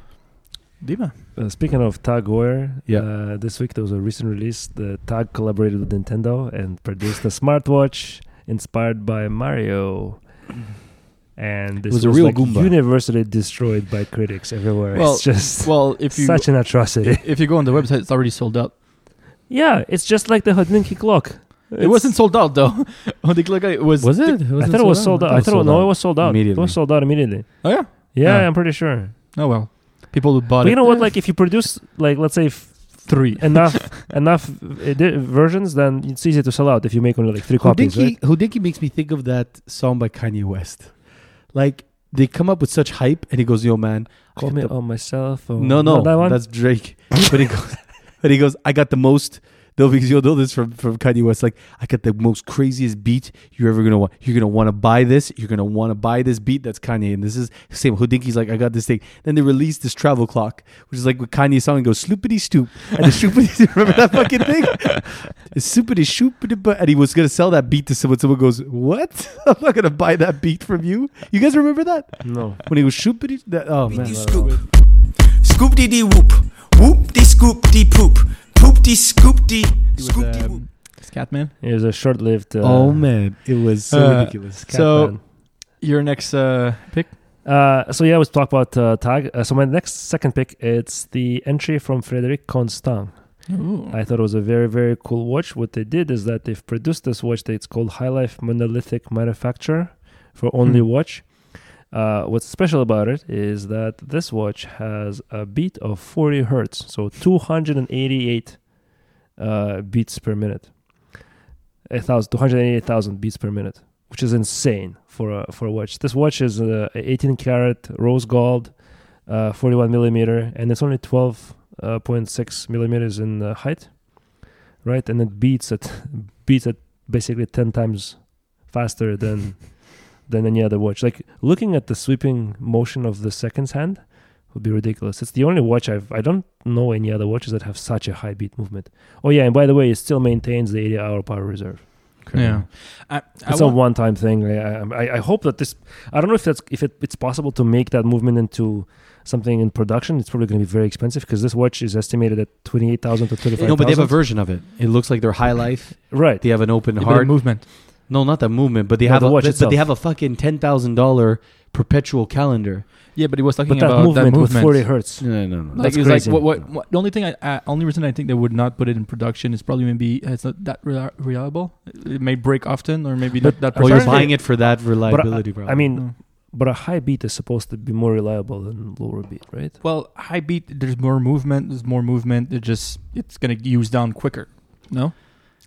S1: Dima.
S2: Uh, speaking of Tag Heuer,
S3: Yeah.
S2: uh, this week there was a recent release. The Tag collaborated with Nintendo and produced a smartwatch inspired by Mario. And this
S3: was a real
S2: like
S3: Goomba.
S2: universally destroyed by critics everywhere.
S1: Well,
S2: it's just
S1: Well, if you
S2: such an atrocity.
S1: if you go on the website, it's already sold out.
S2: yeah, it's just like the Hodinkee clock.
S1: It wasn't sold out though. On the click, it was.
S3: Was it?
S2: I thought it was sold out. I thought it- no, it was sold out. It
S3: Immediately.
S2: was sold out immediately.
S1: Oh yeah.
S2: Yeah,
S1: Yeah.
S2: I'm pretty sure.
S1: Oh well. People who bought
S2: But
S1: it.
S2: you know what? Like, if you produce like let's say f-
S1: three.
S2: enough enough edi- versions, then it's easy to sell out if you make only like three copies.
S3: Houdinki,
S2: right?
S3: Houdinki makes me think of that song by Kanye West. Like they come up with such hype, and he goes, "Yo, man, I
S2: Call
S3: got
S2: me
S3: the-
S2: on my cell phone.
S3: no, no,
S2: Not that one.
S3: that's Drake." but he goes, but he goes, "I got the most." They'll because you'll know this from, from Kanye West. Like I got the most craziest beat you're ever gonna want. You're gonna want to buy this. You're gonna want to buy this beat. That's Kanye, and this is same. Houdinki's like, I got this thing. Then they released this travel clock, which is like with Kanye's song. It goes sloopity stoop and the shoopity. remember that fucking thing? It's Super Shoopity and he was gonna sell that beat to someone. Someone goes, "What? I'm not gonna buy that beat from you." You guys remember that
S2: no.
S3: when he was Shoopity? That, oh man,
S4: Scoop. Scoop dee dee whoop. Whoop dee scoop dee poop. Poop dee scoop dee.
S1: With,
S4: Scoop dee whoop.
S1: um, Scatman.
S2: It was a short-lived. Uh,
S3: oh man, it was so
S1: Uh,
S3: ridiculous.
S2: cat
S1: So-
S2: man.
S1: Your next uh, pick.
S2: Uh, so yeah, we talk about uh, tag. Uh, so my next second pick, it's the entry from Frederic Constant. I thought it was a very very cool watch. What they did is that they've produced this watch that's called High Life Monolithic Manufacture for only
S1: Hmm.
S2: watch. Uh, what's special about it is that this watch has a beat of 40 hertz, so 288 uh, beats per minute, a thousand, 288,000 beats per minute, which is insane for a for a watch. This watch is uh, 18 karat rose gold, uh, 41 millimeter, and it's only 12.6 millimeters in uh, height, right? And it beats at beats at basically 10 times faster than than any other watch. Like looking at the sweeping motion of the seconds hand would be ridiculous. It's the only watch I've I don't know any other watches that have such a high beat movement. Oh yeah, and by the way, it still maintains the 80 hour power reserve.
S1: Yeah. I, I
S2: It's a
S1: want,
S2: one time thing. I, I I hope that this I don't know if that's if it, it's possible to make that movement into something in production, it's probably going to be very expensive because this watch is estimated at twenty eight thousand to thirty five.
S3: No, but they have a version of it. It looks like they're high life.
S2: right.
S3: They have an open
S1: A bit of
S3: heart.
S1: movement.
S3: No, not that movement, but they
S2: No,
S3: have
S2: the
S3: a,
S2: watch
S3: but, but
S2: itself.
S3: they have a fucking ten thousand dollar perpetual calendar.
S1: Yeah, but he was talking
S2: But that
S1: about
S2: movement,
S1: that movement.
S2: with forty hertz.
S3: No, no, no.
S1: like
S2: That's
S1: it's like
S2: crazy.
S1: what, what, what the only thing I uh, only reason I think they would not put it in production is probably maybe it's not that reli- reliable. It may break often or maybe
S2: But
S1: not that.
S3: Well, Oh, you're
S1: precise.
S3: buying it for that reliability,
S2: but I-
S3: problem.
S2: I, mean,
S1: Mm.
S2: but a high beat is supposed to be more reliable than lower beat, right?
S1: Well, high beat. There's more movement. There's more movement. It just it's gonna use down quicker. No,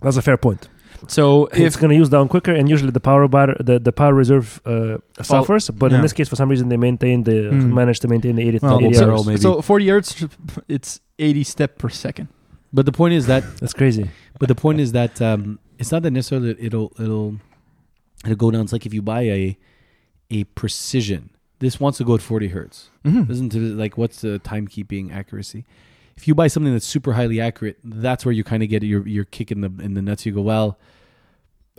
S2: That's a fair point.
S1: so
S2: it's
S1: if
S2: going to use down quicker, and usually the power bar, the, the power reserve uh, suffers. But in
S1: yeah.
S2: this case, for some reason, they maintain the
S1: Mm.
S2: managed to maintain the 80,
S1: well,
S2: 80
S3: zero
S2: hours.
S3: maybe.
S1: so 40 hertz, it's 80 step per second.
S3: but the point is that
S2: That's crazy.
S3: But the point is that um, it's not that necessarily it'll it'll it'll go down. It's like if you buy a a precision. This wants to go at forty hertz.
S1: Mhm.
S3: Isn't it like what's the timekeeping accuracy? If you buy something that's super highly accurate, that's where you kind of get your your kick in the in the nuts. You go, well,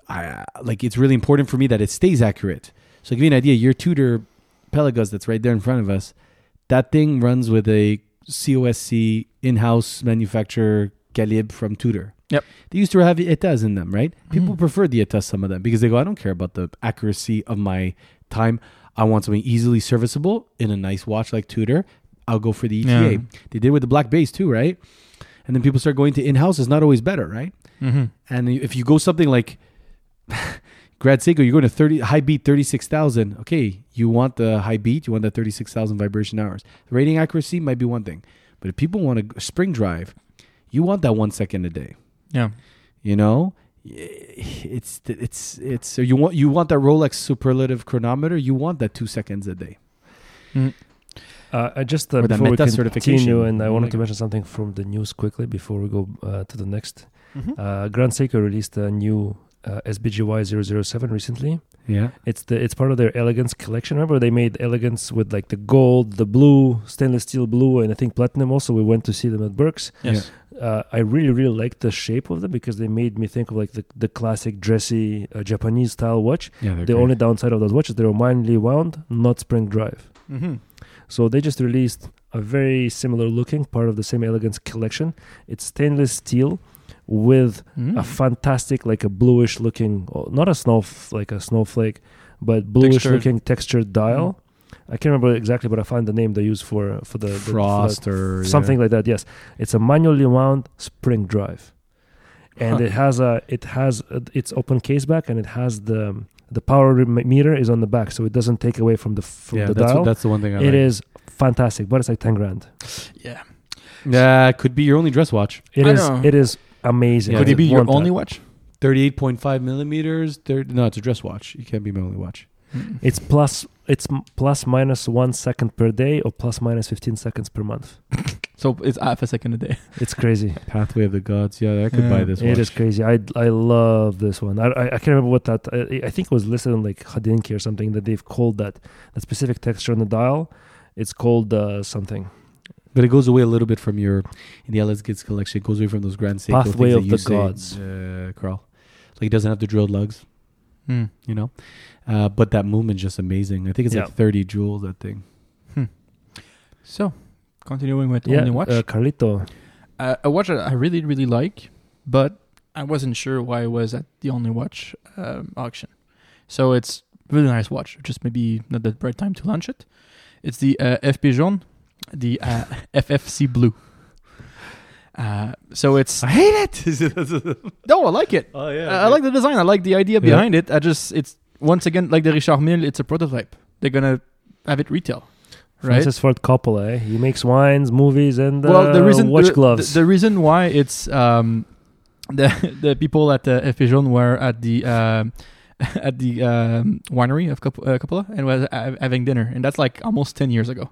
S3: I uh, like it's really important for me that it stays accurate. So I'll give you an idea, your Tudor Pelagos that's right there in front of us, that thing runs with a COSC in-house manufacturer Galib from Tudor.
S1: Yep.
S3: They used to have ETAs in them, right? People
S1: Mhm.
S3: prefer the ETAs, some of them, because they go, I don't care about the accuracy of my time. I want something easily serviceable in a nice watch like Tudor. I'll go for the ETA.
S1: Yeah.
S3: They did with the black base too, right? And then people start going to in-house. It's not always better, right?
S1: Mhm.
S3: And if you go something like Grad Seiko, you're going to 30 high beat 36,000. Okay, you want the high beat, you want that 36,000 vibration hours. The rating accuracy might be one thing, but if people want a g- spring drive, you want that one second a day.
S1: Yeah.
S3: You know, it's it's it's so you want you want that Rolex superlative chronometer. You want that two seconds a day.
S1: Mm-hmm.
S2: Uh, I just uh,
S3: Or that
S2: before we
S3: meta certification.
S2: continue, and I wanted to
S1: Mm-hmm.
S3: Like-
S2: mention something from the news quickly before we go uh, to the next.
S1: Mhm.
S2: Uh, Grand Seiko released a new uh, SBGY 007 recently.
S3: Yeah,
S2: It's the it's part of their elegance collection. Remember they made elegance with like the gold, the blue, stainless steel blue, and I think platinum. Also, we went to see them at Burke's.
S1: Yes.
S2: uh, I really really liked the shape of them because they made me think of like the, the classic dressy uh, Japanese style watch.
S3: yeah.
S2: The only downside of those watches they were mindly wound, not spring drive.
S1: Mhm.
S2: So they just released a very similar looking part of the same elegance collection. It's stainless steel with
S1: Mhm.
S2: a fantastic like a bluish looking, oh, not a snow like a snowflake, but bluish
S1: Textured. Hmm.
S2: looking textured dial. I can't remember exactly, but I find the name they use for for the, the for that
S3: frost or
S2: something like that. Yes, it's a manually wound spring drive, and
S1: Huh.
S2: it has a it has a, its open case back, and it has the the power rem- meter is on the back, so it doesn't take away from the from
S3: Yeah,
S2: the
S3: that's,
S2: dial.
S3: that's the one thing I
S2: It is fantastic, but it's like ten grand.
S1: Yeah.
S3: Yeah, it could be your only dress watch.
S2: It
S1: I
S2: is
S1: know.
S2: it is amazing.
S3: Yeah,
S1: Could
S3: it's
S1: it be your
S2: Want that.
S1: only watch?
S3: 38.5 millimeters. Thir- no, it's a dress watch. You can't be my only watch.
S1: Mhm.
S2: It's plus it's m- plus minus one second per day or plus minus fifteen seconds per month.
S1: So it's half a second a day.
S2: It's crazy.
S3: Pathway of the Gods. Yeah, I could
S1: Yeah.
S3: buy this
S2: It
S3: watch.
S2: is crazy. I I love this one. I I, I can't remember what that. I, I think it was listed on like Hadinki or something that they've called that that specific texture on the dial. It's called uh, something
S3: But it goes away a little bit from your in the LS Kids collection. It goes away from those grand Seiko
S2: Pathway
S3: things that
S2: of
S3: you
S2: the
S3: say,
S2: Gods.
S3: uh, Carl. Like it doesn't have the drilled lugs,
S1: Hmm.
S3: you know. Uh, but that movement's just amazing. I think it's
S2: Yeah.
S3: like 30 joules that thing.
S1: So continuing with
S2: yeah.
S1: only watch.
S2: Uh, Carlito.
S1: uh, a watch that I really, really like, but I wasn't sure why it was at the only watch um, auction. So it's really nice watch, just maybe not the right time to launch it. It's the uh, FP Jaune, the uh, FFC Blue. Uh, so it's
S3: I hate it.
S1: no, I like it.
S3: oh,
S1: I-
S3: yeah.
S1: I like the design. I like the idea behind it. I just it's once again like the Richard Mille. It's a prototype. They're gonna have it retail, right?
S2: Francis Ford Coppola. Eh? He makes wines, movies, and uh,
S1: well, the reason
S2: watch
S1: the,
S2: gloves.
S1: The, the reason why it's um, the the people at uh, the FP Jaune were at the um at the um, winery of Cop- uh, Coppola and was ha- having dinner, and that's like almost ten years ago.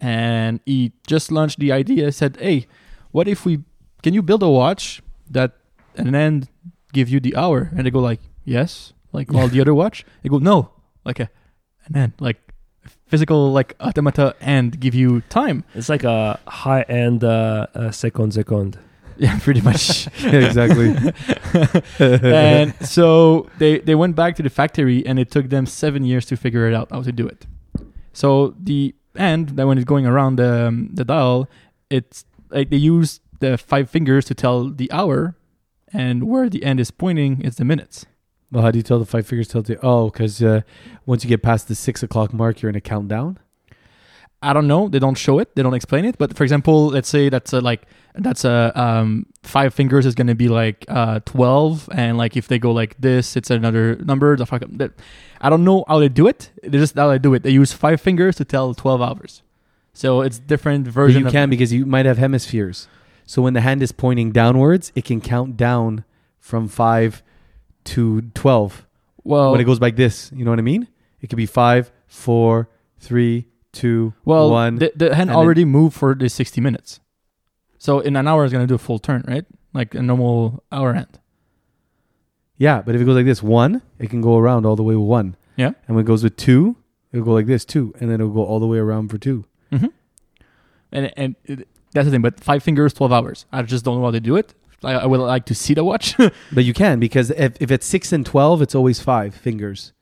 S1: And he just launched the idea. Said, "Hey, what if we can you build a watch that and then give you the hour?" And they go like, "Yes." Like well, the other watch, they go no, like a and then like physical like automata and give you time.
S2: it's like a high end uh, uh, second second.
S1: Yeah, pretty much.
S3: Yeah, exactly.
S1: and so they they went back to the factory, and it took them seven years to figure it out how to do it. So the and that when it's going around the um, the dial, it's like they use the five fingers to tell the hour, and where the end is pointing is the minutes.
S3: Well, how do you tell the five figures tell the? Oh, because uh, once you get past the six o'clock mark, you're in a countdown.
S1: I don't know. They don't show it. They don't explain it. But for example, let's say that's a, like that's a um, five fingers is going to be like uh, twelve, and like if they go like this, it's another number. The fuck, that, I don't know how they do it. They just how they do it. They use five fingers to tell twelve hours. So it's different
S3: But
S1: version.
S3: you
S1: of-
S3: can because you might have hemispheres. So when the hand is pointing downwards, it can count down from five to twelve.
S1: well
S3: When it goes like this, you know what I mean? It could be five, four, three, two,
S1: Well,
S3: one.
S1: the, the hand
S3: and
S1: already moved for the 60 minutes. So in an hour, it's going to do a full turn, right? Like a normal hour hand.
S3: yeah, but if it goes like this, one, it can go around all the way with one.
S1: Yeah.
S3: And when it goes with two, it'll go like this, two, and then it'll go all the way around for two.
S1: And, and it, that's the thing. But five fingers, 12 hours. I just don't know how they do it. I, I would like to see the watch.
S3: But you can because if, if it's six and twelve, it's always five fingers.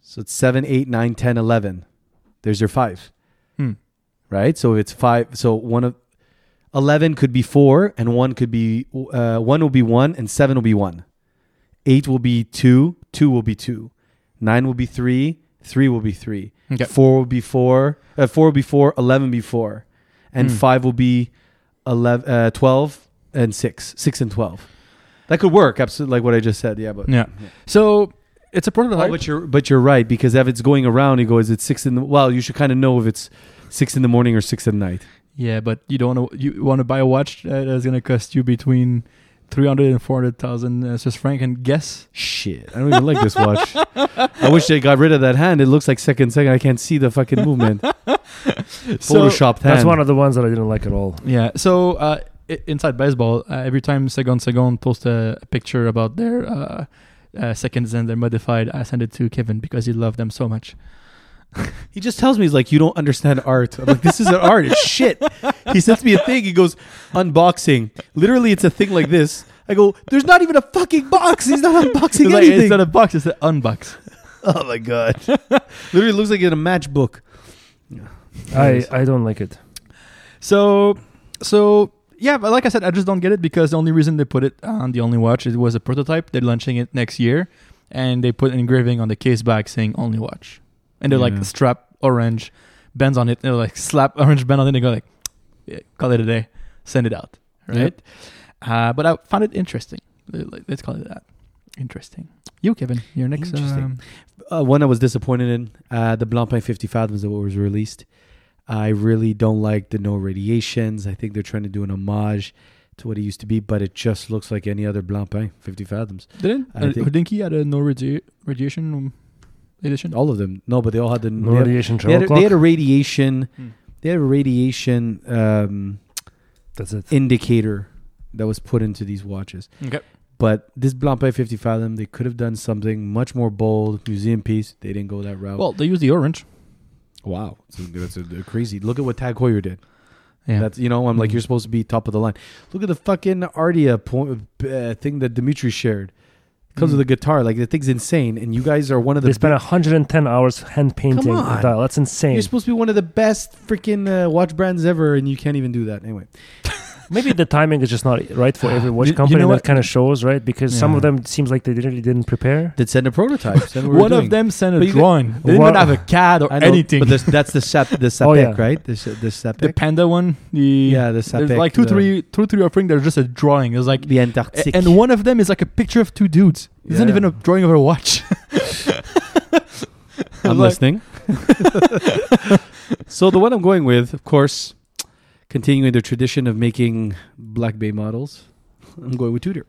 S3: So it's seven, eight, nine, ten, eleven. There's your five,
S1: Hmm.
S3: right? So it's five. So one of eleven could be four, and one could be uh, one will be one, and seven will be one. Eight will be two. Two will be two. Nine will be three. Three will be three.
S1: Okay.
S3: Four will be four. Uh, four will be four. Eleven be four, and
S1: Hmm.
S3: five will be 11, uh, 12 and six. Six and twelve. That could work, absolutely, like what I just said. Yeah, but
S1: yeah. So it's a
S3: Oh,
S1: prototype.
S3: but you're but you're right because if it's going around, you go, is it six in the? Well, you should kind of know if it's six in the morning or six at night.
S1: yeah, but you don't know. You want to buy a watch uh, that's going to cost you between 300 and 400,000 uh, Swiss franc and guess.
S3: Shit, I don't even like this watch. I wish they got rid of that hand. It looks like second second. I can't see the fucking movement. Photoshopped hand.
S2: That's one of the ones that I didn't like at all.
S1: Yeah. So uh, i- inside baseball, uh, every time Second Second post a, a picture about their uh, uh, seconds and their modified, I send it to Kevin because he loved them so much.
S3: He just tells me he's like, you don't understand art. I'm like, this isn't art. It's shit. He sends me a thing. He goes, unboxing. Literally, it's a thing like this. I go, there's not even a fucking box. He's not unboxing
S1: It's, like,
S3: anything.
S1: it's not a box; it's an unbox.
S3: oh my god! Literally looks like in a matchbook.
S2: I, I don't like it.
S1: So, so yeah, but like I said, I just don't get it because the only reason they put it on the only watch it was a prototype. They're launching it next year, and they put an engraving on the case back saying "Only Watch," and they're
S3: Yeah.
S1: like strap orange bands on it. And they're like slap orange band on it. and They go like, yeah, "Call it a day, send it out." Right? Uh, but I found it interesting. Like, Let's call it that. Interesting. You, Kevin, you're next.
S3: Interesting.
S1: um,
S3: Uh, one I was disappointed in uh, the Blancpain 50 Fathoms that was released. I really don't like the no radiations. I think they're trying to do an homage to what it used to be, but it just looks like any other Blancpain 50 Fathoms.
S1: didn't
S3: I
S1: uh,
S3: think-
S1: Houdinki had a no radi- radiation um, edition?
S3: All of them. No, but they all had the
S2: No
S3: they had-
S2: radiation
S3: They had,
S2: travel
S3: a,
S2: clock.
S3: they had a radiation.
S1: Hmm.
S3: They had a radiation um,
S2: That's it.
S3: indicator that was put into these watches.
S1: Okay.
S3: But this Blancpain 50 Fathom, they could have done something much more bold, museum piece. They didn't go that route.
S1: Well, they use the orange.
S3: wow, So that's a, a crazy. Look at what Tag Heuer did.
S1: Yeah. Hmm.
S3: That's you know, I'm like
S2: Mm.
S3: you're supposed to be top of the line. Look at the fucking Ardia point uh, thing that Dimitri shared. Comes
S1: Mm.
S3: with a guitar, like the thing's insane, and you guys are one of the.
S2: They spent 110 hours hand painting the
S3: on.
S2: dial. That's insane.
S3: You're supposed to be one of the best freaking uh, watch brands ever, and you can't even do that. Anyway,
S2: Maybe the timing is just not right for every watch
S1: You- you
S2: company.
S1: know
S2: that
S1: what?
S2: kind of shows, right? Because some of
S1: Yeah.
S2: them seems like they really didn't prepare.
S3: did send a prototype.
S1: One of them sent a
S3: But you could-
S1: drawing. They didn't
S2: Wha-
S1: even have a CAD or anything.
S3: But this, that's the sep, the sepec,
S2: Oh, yeah.
S3: right? The se- the
S1: the
S3: sepec.
S1: panda one, the
S3: yeah, the sepec.
S1: there's like two,
S3: the,
S1: three, two, three. I think there's just a drawing. It's like,
S3: The Antarctic.
S1: and one of them is like a picture of two dudes. It isn't
S3: Yeah.
S1: even a drawing of a watch.
S3: I'm
S1: Like-
S3: listening. so the one I'm going with, of course, continuing the tradition of making Black Bay models, I'm going with Tudor.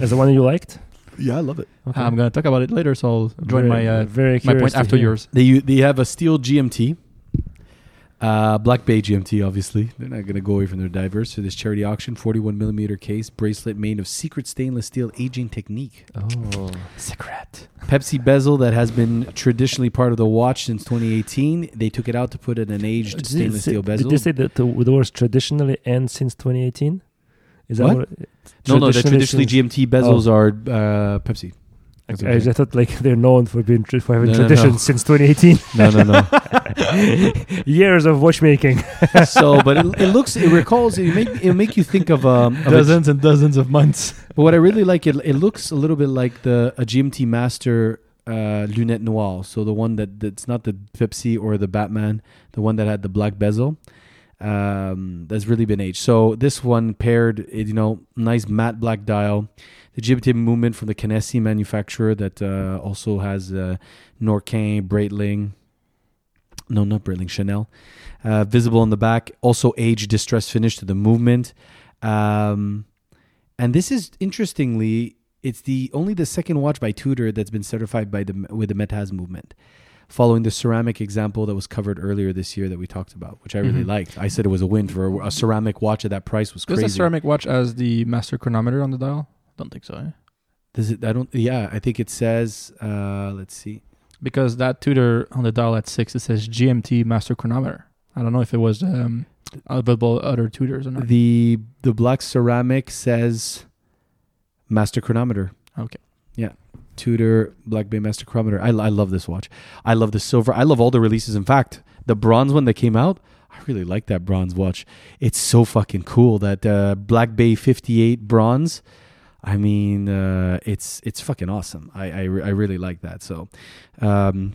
S2: Is the one you liked?
S3: Yeah, I love it.
S2: Okay.
S1: I'm gonna talk about it later, so I'll join
S2: Very-
S1: my uh,
S2: very
S1: my
S2: curious
S1: point
S2: to
S1: after
S2: hear.
S1: yours.
S3: They u- they have a steel GMT, uh, Black Bay GMT. Obviously, they're not going to go away from their divers. So this charity auction, 41 millimeter case bracelet made of secret stainless steel aging technique.
S2: Oh,
S1: Secret.
S3: Pepsi bezel that has been traditionally part of the watch since 2018. They took it out to put in an aged stainless steel bezel.
S2: Did they say that the, the words traditionally and since 2018? Is
S3: What?
S2: what?
S3: No, no, the traditionally
S2: since- Oh.
S3: GMT bezels are uh, Pepsi. That's
S2: I
S3: okay.
S2: just thought like they're known for being tr- for having
S3: No, no, no.
S2: traditions since 2018.
S3: No, no, no.
S2: Years of watchmaking.
S3: so, but it, it looks, it recalls, it make it make you think of um. of a-
S1: dozens and dozens of months.
S3: but what I really like, it it looks a little bit like the a GMT Master uh, lunette noir. So the one that that's not the Pepsi or the Batman, the one that had the black bezel. Um, that's really been aged. So this one paired, it, you know, nice matte black dial, the GMT movement from the Kinesi manufacturer that uh, also has uh, Norcaine, Breitling, no, not Breitling, Chanel, uh, visible on the back. Also aged distress finish to the movement. Um, and this is interestingly, it's the only the second watch by Tudor that's been certified by the with the Metaz movement, following the ceramic example that was covered earlier this year that we talked about, which I really
S1: Mhm.
S3: liked. I said it was a win for a, a ceramic watch at that price was
S1: Does
S3: crazy.
S1: the ceramic watch as the master chronometer on the dial? Don't think so. eh?
S3: Does it? I don't. Yeah, I think it says. Uh, let's see.
S1: Because that Tudor on the dial at six it says GMT master chronometer. I don't know if it was um, available at other Tudors or not.
S3: The the black ceramic says master chronometer.
S1: Okay.
S3: Yeah. Tudor Black Bay Master Chronometer. I, I love this watch. I love the silver. I love all the releases. In fact, the bronze one that came out, I really like that bronze watch. It's so fucking cool. That uh, Black Bay 58 bronze. I mean, uh, it's it's fucking awesome. I I, re- I really like that. So, um,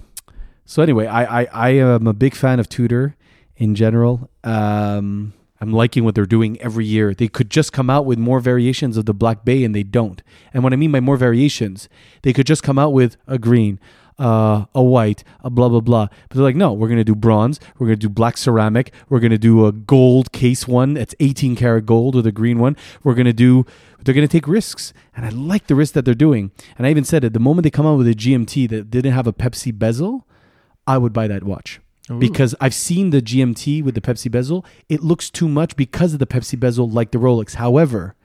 S3: so anyway, I, I I am a big fan of Tudor in general. Um, I'm liking what they're doing every year. They could just come out with more variations of the Black Bay, and they don't. And what I mean by more variations, they could just come out with a green, uh, a white, a blah blah blah. But they're like, no, we're gonna do bronze. We're gonna do black ceramic. We're gonna do a gold case one that's 18 karat gold with a green one. We're gonna do. They're gonna take risks, and I like the risk that they're doing. And I even said it the moment they come out with a GMT that didn't have a Pepsi bezel, I would buy that watch because I've seen the GMT with the Pepsi bezel. It looks too much because of the Pepsi bezel, like the Rolex. However,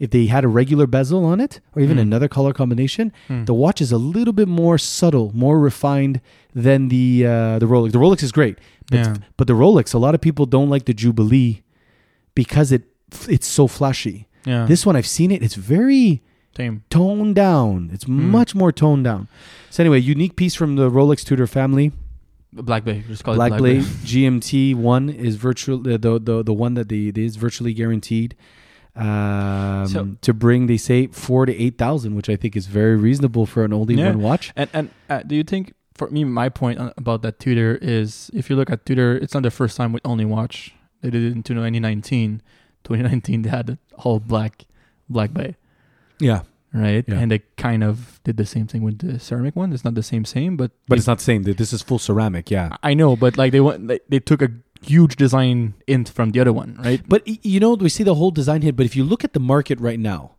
S3: if they had a regular bezel on it, or even
S1: Mm.
S3: another color combination,
S1: Mm.
S3: the watch is a little bit more subtle, more refined than the uh, the Rolex. The Rolex is great, but,
S1: Yeah.
S3: but the Rolex, a lot of people don't like the Jubilee because it it's so flashy.
S1: yeah,
S3: This one, I've seen it. It's very
S1: same.
S3: toned down. It's
S1: Mm.
S3: much more toned down. So anyway, unique piece from the Rolex Tudor family.
S1: Black Bay, just call
S3: Black,
S1: it Black
S3: Blade
S1: Bay.
S3: GMT one is virtual the the the, the one that they, they is virtually guaranteed um,
S1: So-
S3: to bring they say four to eight thousand, which I think is very reasonable for an oldie
S1: Yeah.
S3: one watch.
S1: And and uh, do you think for me my point on- about that Tudor is if you look at Tudor, it's not the first time with only watch. They did it in 2019. 2019 they had all black Black Bay,
S3: Yeah,
S1: right?
S3: Yeah.
S1: And they kind of did the same thing with the ceramic one. It's not the same same, but
S3: but
S1: they-
S3: it's not the same. This is full ceramic. Yeah,
S1: I know, but like they went they, they took a huge design int from the other one, right?
S3: But y- you know, we see the whole design hit. But if you look at the market right now,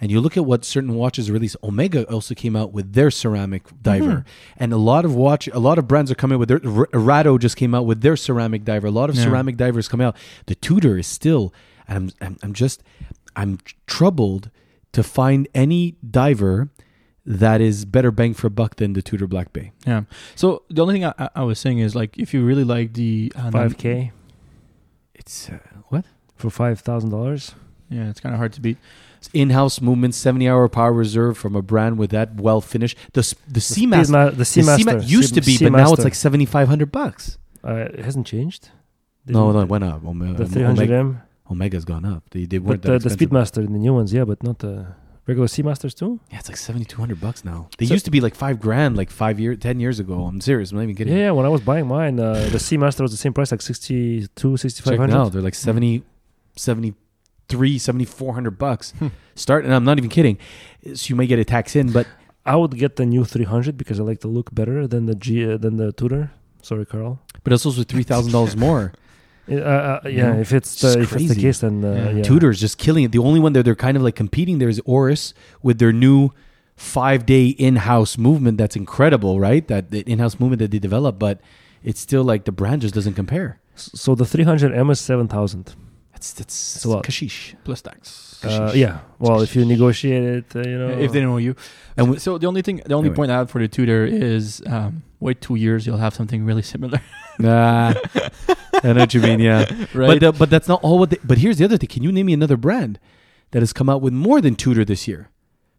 S3: and you look at what certain watches release, Omega also came out with their ceramic diver,
S1: Hmm.
S3: and a lot of watch, a lot of brands are coming with their. R- Rado just came out with their ceramic diver. A lot of
S1: Yeah.
S3: ceramic divers come out. The Tudor is still, and I'm, I'm, I'm just, I'm troubled to find any diver that is better bang for buck than the Tudor Black Bay.
S1: Yeah. So the only thing I, I- I was saying is like if you really like the uh,
S2: Five k
S3: It's uh, what
S2: for five thousand dollars.
S1: yeah, it's kind of hard to beat.
S3: in-house movement, seventy-hour power reserve from a brand with that well finish. The s- the Seamaster
S2: The Seamaster
S3: The Seamaster used to be, but now it's like seventy five hundred bucks.
S2: uh, it hasn't changed.
S3: No,
S2: Didn't
S3: no,
S2: it?
S3: it went uh, up. Omega,
S2: the 300M,
S3: has gone up. They, they
S2: but uh,
S3: weren't
S2: the,
S3: that
S2: the
S3: expensive.
S2: Speedmaster, the new ones, yeah, but not the regular Seamasters too.
S3: yeah, it's like seventy two hundred bucks now. They
S2: So-
S3: used to be like five grand, like five year, ten years ago. I'm serious. I'm not even kidding.
S2: Yeah, yeah, when I was buying mine, uh, the Seamaster was the same price, like 62,
S3: Check now,
S2: 6500.
S3: they're like 70, 73, 7400 bucks.
S2: Hmm.
S3: Start, and I'm not even kidding. So you may get a tax in, but
S2: I would get the new 300 because I like the look better than the G uh, than the Tudor. Sorry, Carl.
S3: but it's also three thousand dollars more.
S2: Uh, uh, uh, yeah,
S3: Yeah.
S2: if it's
S3: It's
S2: the, if it's the
S3: crazy.
S2: case, then uh,
S1: Yeah.
S2: yeah.
S3: Tudor is just killing it. The only one that they're kind of like competing there is Oris with their new five day in house movement that's incredible, right? That the in house movement that they developed, but it's still like the brand just doesn't compare.
S2: S- So the 300M is 7000.
S3: That's that's
S2: a lot.
S3: Kashish.
S1: Plus tax.
S2: Uh, yeah. Well, if you negotiate it, uh, you know.
S1: if they know you.
S3: And we-
S1: so the only thing, the only
S3: Anyway.
S1: point I have for the tutor is um, wait two years, you'll have something really similar,
S3: Nah, I know what you mean. Yeah,
S1: right?
S3: but the, but that's not all. What? They, but here's the other thing. Can you name me another brand that has come out with more than Tudor this year?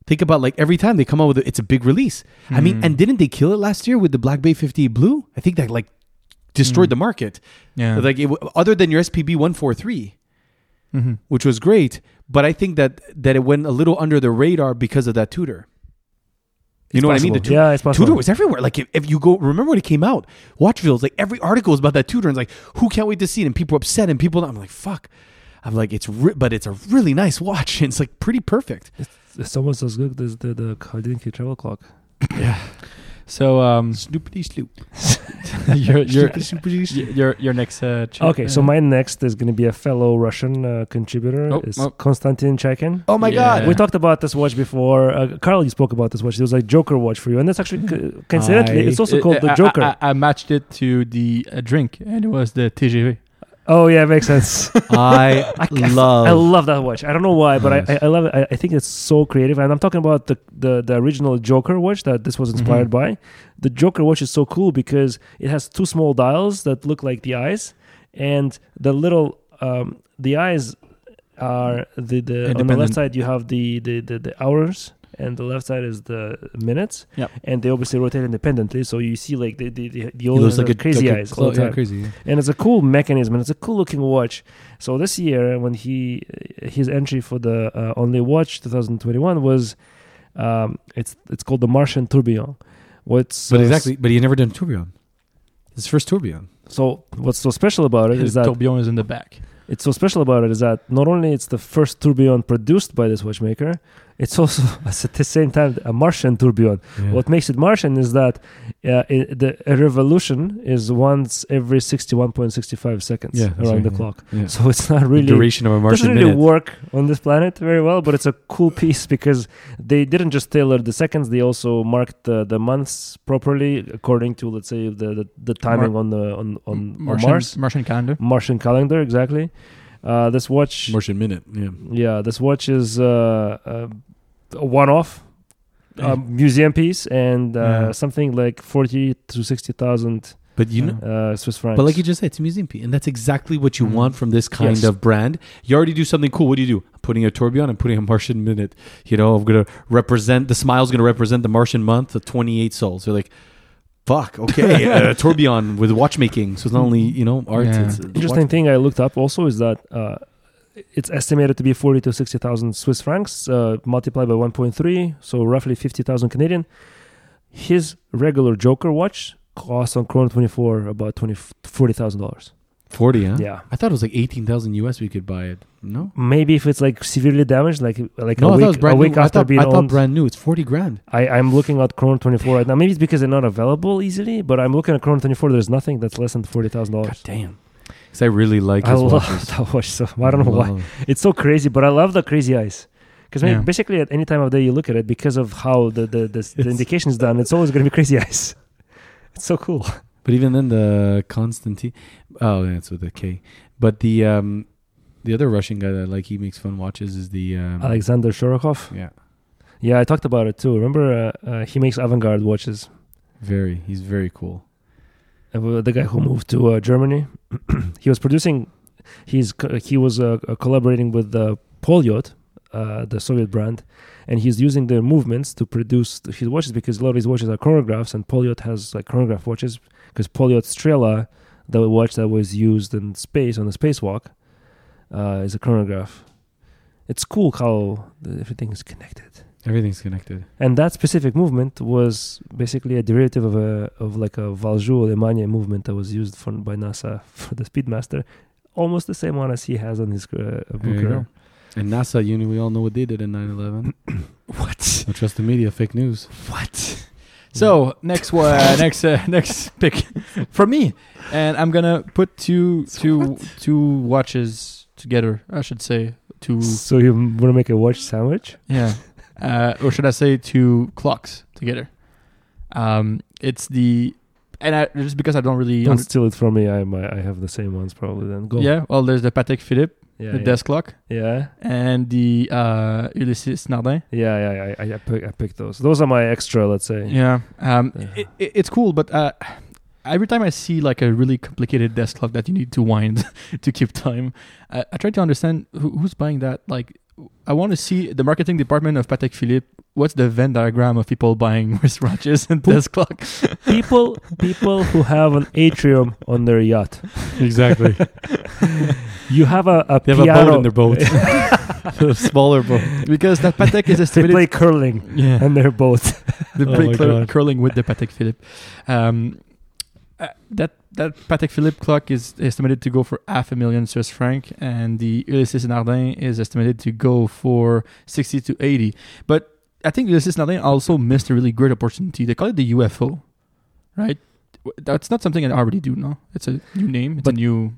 S3: Think about like every time they come out with it, it's a big release. I mean,
S1: Mhm.
S3: and didn't they kill it last year with the Black Bay 50 Blue? I think that like destroyed
S1: Mhm.
S3: the market.
S1: Yeah.
S3: Like it, w- other than your SPB 143,
S1: Mhm.
S3: which was great, but I think that that it went a little under the radar because of that Tudor. You know what I mean? The Tudor,
S2: yeah, it's possible.
S3: Tudor was everywhere. Like if, if you go, remember when it came out, Watchville's like every article is about that Tudor, and it's like who can't wait to see it, and people are upset, and people. I'm like fuck. I'm like it's, re- but it's a really nice watch, and it's like pretty perfect.
S2: it's almost as good as the the Helsinki travel clock.
S1: So um,
S3: Snoopity sloop.
S1: your your
S3: Snoopity snoopity sloop.
S1: your your next uh, ch-
S2: Okay, so
S1: uh,
S2: my next is going to be a fellow Russian uh, contributor.
S1: Oh,
S2: it's
S1: oh.
S2: Konstantin Chaikin.
S3: Oh my
S1: Yeah.
S3: god.
S2: We talked about this watch before. Uh, Carl, you spoke about this watch. It was like Joker watch for you, and that's actually co- coincidentally,
S3: I-
S2: it's also
S1: uh,
S2: called the
S1: I-
S2: Joker.
S1: I, I, I matched it to the uh, drink, and it was the TGV.
S2: oh yeah, makes sense.
S3: I love.
S2: I love that watch. I don't know why, but I, I,
S3: Yes.
S2: I love it. I, I think it's so creative. And I'm talking about the, the, the original Joker watch that this was inspired
S3: Mm-hmm.
S2: by. The Joker watch is so cool because it has two small dials that look like the eyes, and the little um, the eyes are the, the on the left
S1: Independent.
S2: side you have the the, the, the hours. And the left side is the minutes,
S1: Yep.
S2: and they obviously rotate independently. So you see, like the the the, the
S3: He
S2: old
S3: looks like a
S2: crazy
S3: like a
S2: eyes.
S1: Oh,
S2: all
S3: clo-
S2: the time
S3: yeah, crazy. yeah.
S2: and it's a cool mechanism and it's a cool looking watch so this year when he his entry for the uh, only watch 2021 was um, it's it's called the martian tourbillon what's
S3: But
S2: uh,
S3: exactly. But he had never done tourbillon. His first tourbillon.
S2: so what's so special about it is that
S1: Tourbillon is in the back.
S2: it's so special about it is that not only it's the first tourbillon produced by this watchmaker it's also at the same time a martian tourbillon What makes it Martian is that uh, i the a revolution is once every 61.65 seconds
S3: Yeah, that's
S2: around
S3: right,
S2: the
S3: yeah,
S2: clock.
S3: yeah.
S2: So it's not really
S3: the duration of a
S2: doesn't
S3: Martian
S2: really
S3: minute?
S2: work on this planet very well, but it's a cool piece because they didn't just tailor the seconds; they also marked the, the months properly according to, let's say, the the, the timing on the on on, on
S1: Martian,
S2: Mars
S1: Martian calendar.
S2: Martian calendar exactly. Uh, this watch
S3: Martian minute. Yeah.
S2: yeah, this watch is uh, uh, a one-off uh, museum piece and uh,
S1: Yeah.
S2: something like forty to sixty thousand
S3: But you
S1: Yeah.
S3: know.
S2: uh, Swiss francs.
S3: But like you just said, it's a museum piece, and that's exactly what you
S1: Mhm.
S3: want from this kind
S2: Yes.
S3: of brand. You already do something cool. What do you do? I'm putting a tourbillon. I'm putting a Martian minute. You know, I'm gonna represent the smile's gonna represent the Martian month of 28 souls. You're like, fuck, okay, uh, tourbillon with watchmaking. So it's not only you know art.
S1: Yeah.
S3: It's, it's
S2: interesting thing I looked up also is that uh, it's estimated to be forty to sixty thousand Swiss francs uh, multiplied by one point three, so roughly fifty thousand Canadian. His regular Joker watch costs on Chrono twenty four about twenty forty thousand dollars.
S3: watch- 40. Huh?
S2: Yeah.
S3: I thought it was like 18,000 US. We could buy it. No.
S2: Maybe if it's like severely damaged, like like
S3: No,
S2: a
S3: I thought it
S2: week,
S3: was
S2: a
S3: brand
S2: week
S3: new. I
S2: after
S3: thought,
S2: being
S3: I thought
S2: owned,
S3: brand new. It's 40 grand.
S2: I, I'm looking at Chrono 24 right now. Maybe it's because they're not available easily, but I'm looking at Chrono 24. There's nothing that's less than forty thousand
S3: God
S2: dollars.
S3: damn. Because I really like
S2: I
S3: his
S2: love
S3: watches.
S2: that watch so. I don't know why.
S3: Love.
S2: It's so crazy, but I love the crazy eyes. Because
S1: Yeah.
S2: basically at any time of day you look at it, because of how the the, the, the
S3: Yes.
S2: indication is done, it's always going to be crazy eyes. It's so cool.
S3: But even then, the Constantine. Oh, that's with a K. But the um, the other Russian guy that like he makes fun watches is the um,
S2: Alexander Shorokov.
S3: yeah,
S2: Yeah, I talked about it too. Remember, uh, uh, he makes avant-garde watches.
S3: very. He's very cool.
S2: Uh, the guy who moved to uh, Germany. he was producing. He's co- he was uh, uh, collaborating with uh, Polyot, uh, the Soviet brand, and he's using their movements to produce th- his watches because a lot of his watches are chronographs, and Polyot has like chronograph watches because Polyot Strela, the watch that was used in space on the spacewalk, uh, is a chronograph. It's cool how the- everything is connected
S3: Everything's connected.
S2: and that specific movement was basically a derivative of a of like a Valjoux Alemania movement that was used for, by NASA for the Speedmaster, almost the same one as he has on his uh,
S3: There you go.
S2: book.
S3: And NASA, you know, we all know what they did in 9/11.
S1: What?
S3: Don't trust the media. Fake news.
S1: What? So next one, next uh, next pick from me, and I'm gonna put two two two watches together. I should say two.
S2: So you want to make a watch sandwich?
S1: Yeah. Uh, or should I say two clocks together? Um, it's the and I, just because I don't really
S2: Don't
S1: under-
S2: steal it from me. I might, I have the same ones probably. Then go.
S1: yeah. Well, there's the Patek Philippe,
S2: yeah,
S1: the
S2: yeah.
S1: desk clock,
S2: Yeah,
S1: and the uh, Ulysses Nardin.
S2: yeah, yeah. I I, I, pick, I picked those. Those are my extra. Let's say. Uh-huh.
S1: Yeah. Um,
S2: Yeah.
S1: It, it, it's cool, but uh, every time I see like a really complicated desk clock that you need to wind to keep time, I, I try to understand who, who's buying that. Like, I want to see the marketing department of Patek Philippe. What's the Venn diagram of people buying wristwatches and desk clock?
S2: people people who have an atrium on their yacht.
S3: Exactly. Oh.
S2: You have a, a
S3: They have a boat
S2: piano.
S3: in their boat. a smaller boat.
S1: Because that Patek is
S2: they
S1: estimated
S2: play curling
S1: yeah,
S2: on their boat.
S1: the
S3: Oh
S1: play
S3: my
S1: cur-
S3: God.
S1: curling with the Patek Philippe. Um, uh, that that Patek Philippe clock is estimated to go for half a million Swiss franc, and the Ulysses Nardin is estimated to go for sixty to eighty. But I think Ulysses Nardin also missed a really great opportunity. They call it the UFO, right? W- That's not something I already do. No, it's a new name. It's
S2: But-
S1: a new.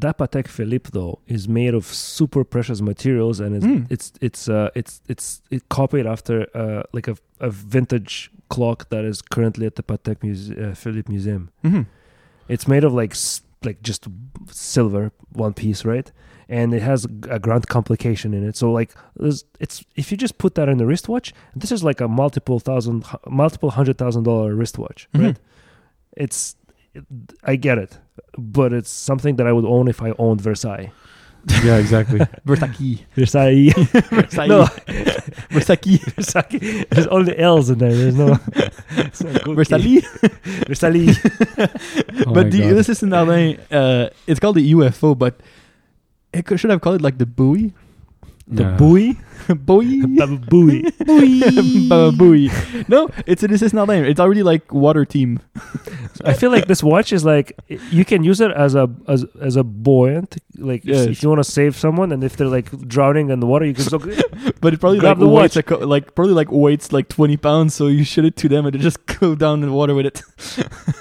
S2: That Patek Philippe though is made of super precious materials and it's
S1: Mm.
S2: it's it's uh, it's it's it copied after uh, like a, a vintage clock that is currently at the Patek Muse- uh, Philippe Museum.
S1: Mhm.
S2: It's made of like s- like just silver one piece, right? And it has a grand complication in it. So like there's, it's if you just put that in the wristwatch, this is like a multiple thousand multiple hundred thousand dollar wristwatch,
S1: Mhm.
S2: right? It's I get it, but it's something that I would own if I owned Versailles.
S3: Yeah, exactly.
S1: Versace.
S2: Versailles.
S1: Versace.
S2: no,
S1: Versace.
S2: Versailles. There's only L's in there. There's no. it's not good.
S1: Versace.
S2: Versailles.
S3: Oh my
S1: but the
S3: God.
S1: Ulysses in Nardin, uh, it's called the UFO, but it could, should have called it like the buoy.
S2: The
S3: Nah.
S2: buoy.
S1: buoy?
S2: The buoy.
S1: Ba- buoy. No, it's Ulysses Nardin. It's already like water team.
S2: I feel like this watch is like you can use it as a as, as a buoyant, like if-
S1: Yes.
S2: if you want to save someone and if they're like drowning in the water, you can just go,
S1: But it probably
S2: Grab
S1: like
S2: the
S1: weights
S2: watch.
S1: a co- like probably like weights like twenty pounds, so you shoot it to them and they just go down in the water with it.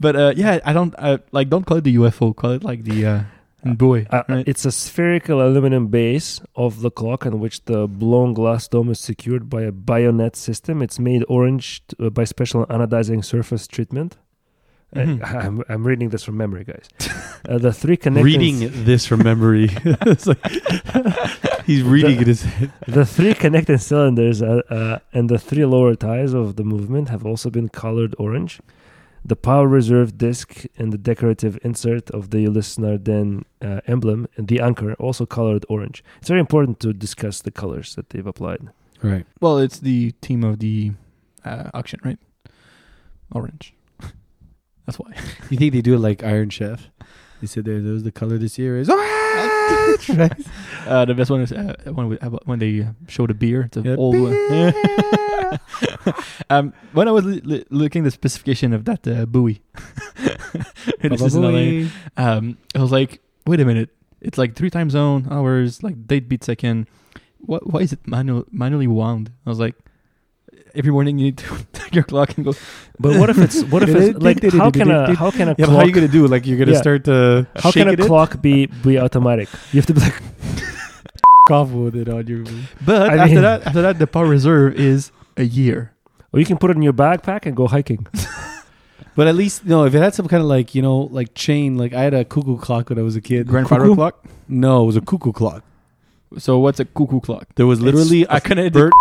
S1: but uh, yeah, I don't uh, like don't call it the UFO, call it like the uh, buoy.
S2: Uh,
S1: right?
S2: It's a spherical aluminum base of the clock on which the blown glass dome is secured by a bayonet system. It's made orange t- uh, by special anodizing surface treatment. Uh,
S1: Mhm.
S2: I'm, I'm reading this from memory, guys. Uh, the three connectors.
S3: Reading this from memory. It's like- he's reading it. As,
S2: The three connecting cylinders uh, uh, and the three lower ties of the movement have also been colored orange. The power reserve disc and the decorative insert of the Ulysses Nardin uh, emblem and the anchor also colored orange. It's very important to discuss the colors that they've applied.
S3: right.
S1: well, it's the team of the uh, auction, right? Orange. That's why.
S3: You think they do it like Iron Chef? They said there, those the Ah! color this year is orange. Right?
S1: Uh, the best one is uh, when, we, when they uh, show the beer. It's an
S3: Yeah.
S1: old one.
S3: Beer.
S1: um, when I was li- li- looking the specification of that uh, buoy, this is another,
S3: Probably.
S1: um, I was like, wait a minute, it's like three time zone hours, like date beat second. What? Why is it manual manually wound? I was like, every morning you need to take your clock and go.
S2: But what if it's what if it's like how can a how can a
S3: Yeah, but how are
S2: clock
S3: you gonna do? Like you're gonna
S2: Yeah.
S3: start to
S2: how can a
S3: shaking it?
S2: clock be be automatic? You have to be like
S3: off with it on your.
S1: But
S2: I
S1: after
S2: mean-
S1: that, after that, the power reserve is a year.
S2: or "Oh, you can put it in your backpack and go hiking.
S3: But at least no, if it had some kind of like you know like chain, like I had a cuckoo clock when I was a kid.
S1: Grandfather
S3: Cuckoo?
S1: clock.
S3: No, it was a cuckoo clock.
S1: So what's a cuckoo clock?
S3: There was literally
S1: I couldn't.
S3: bird-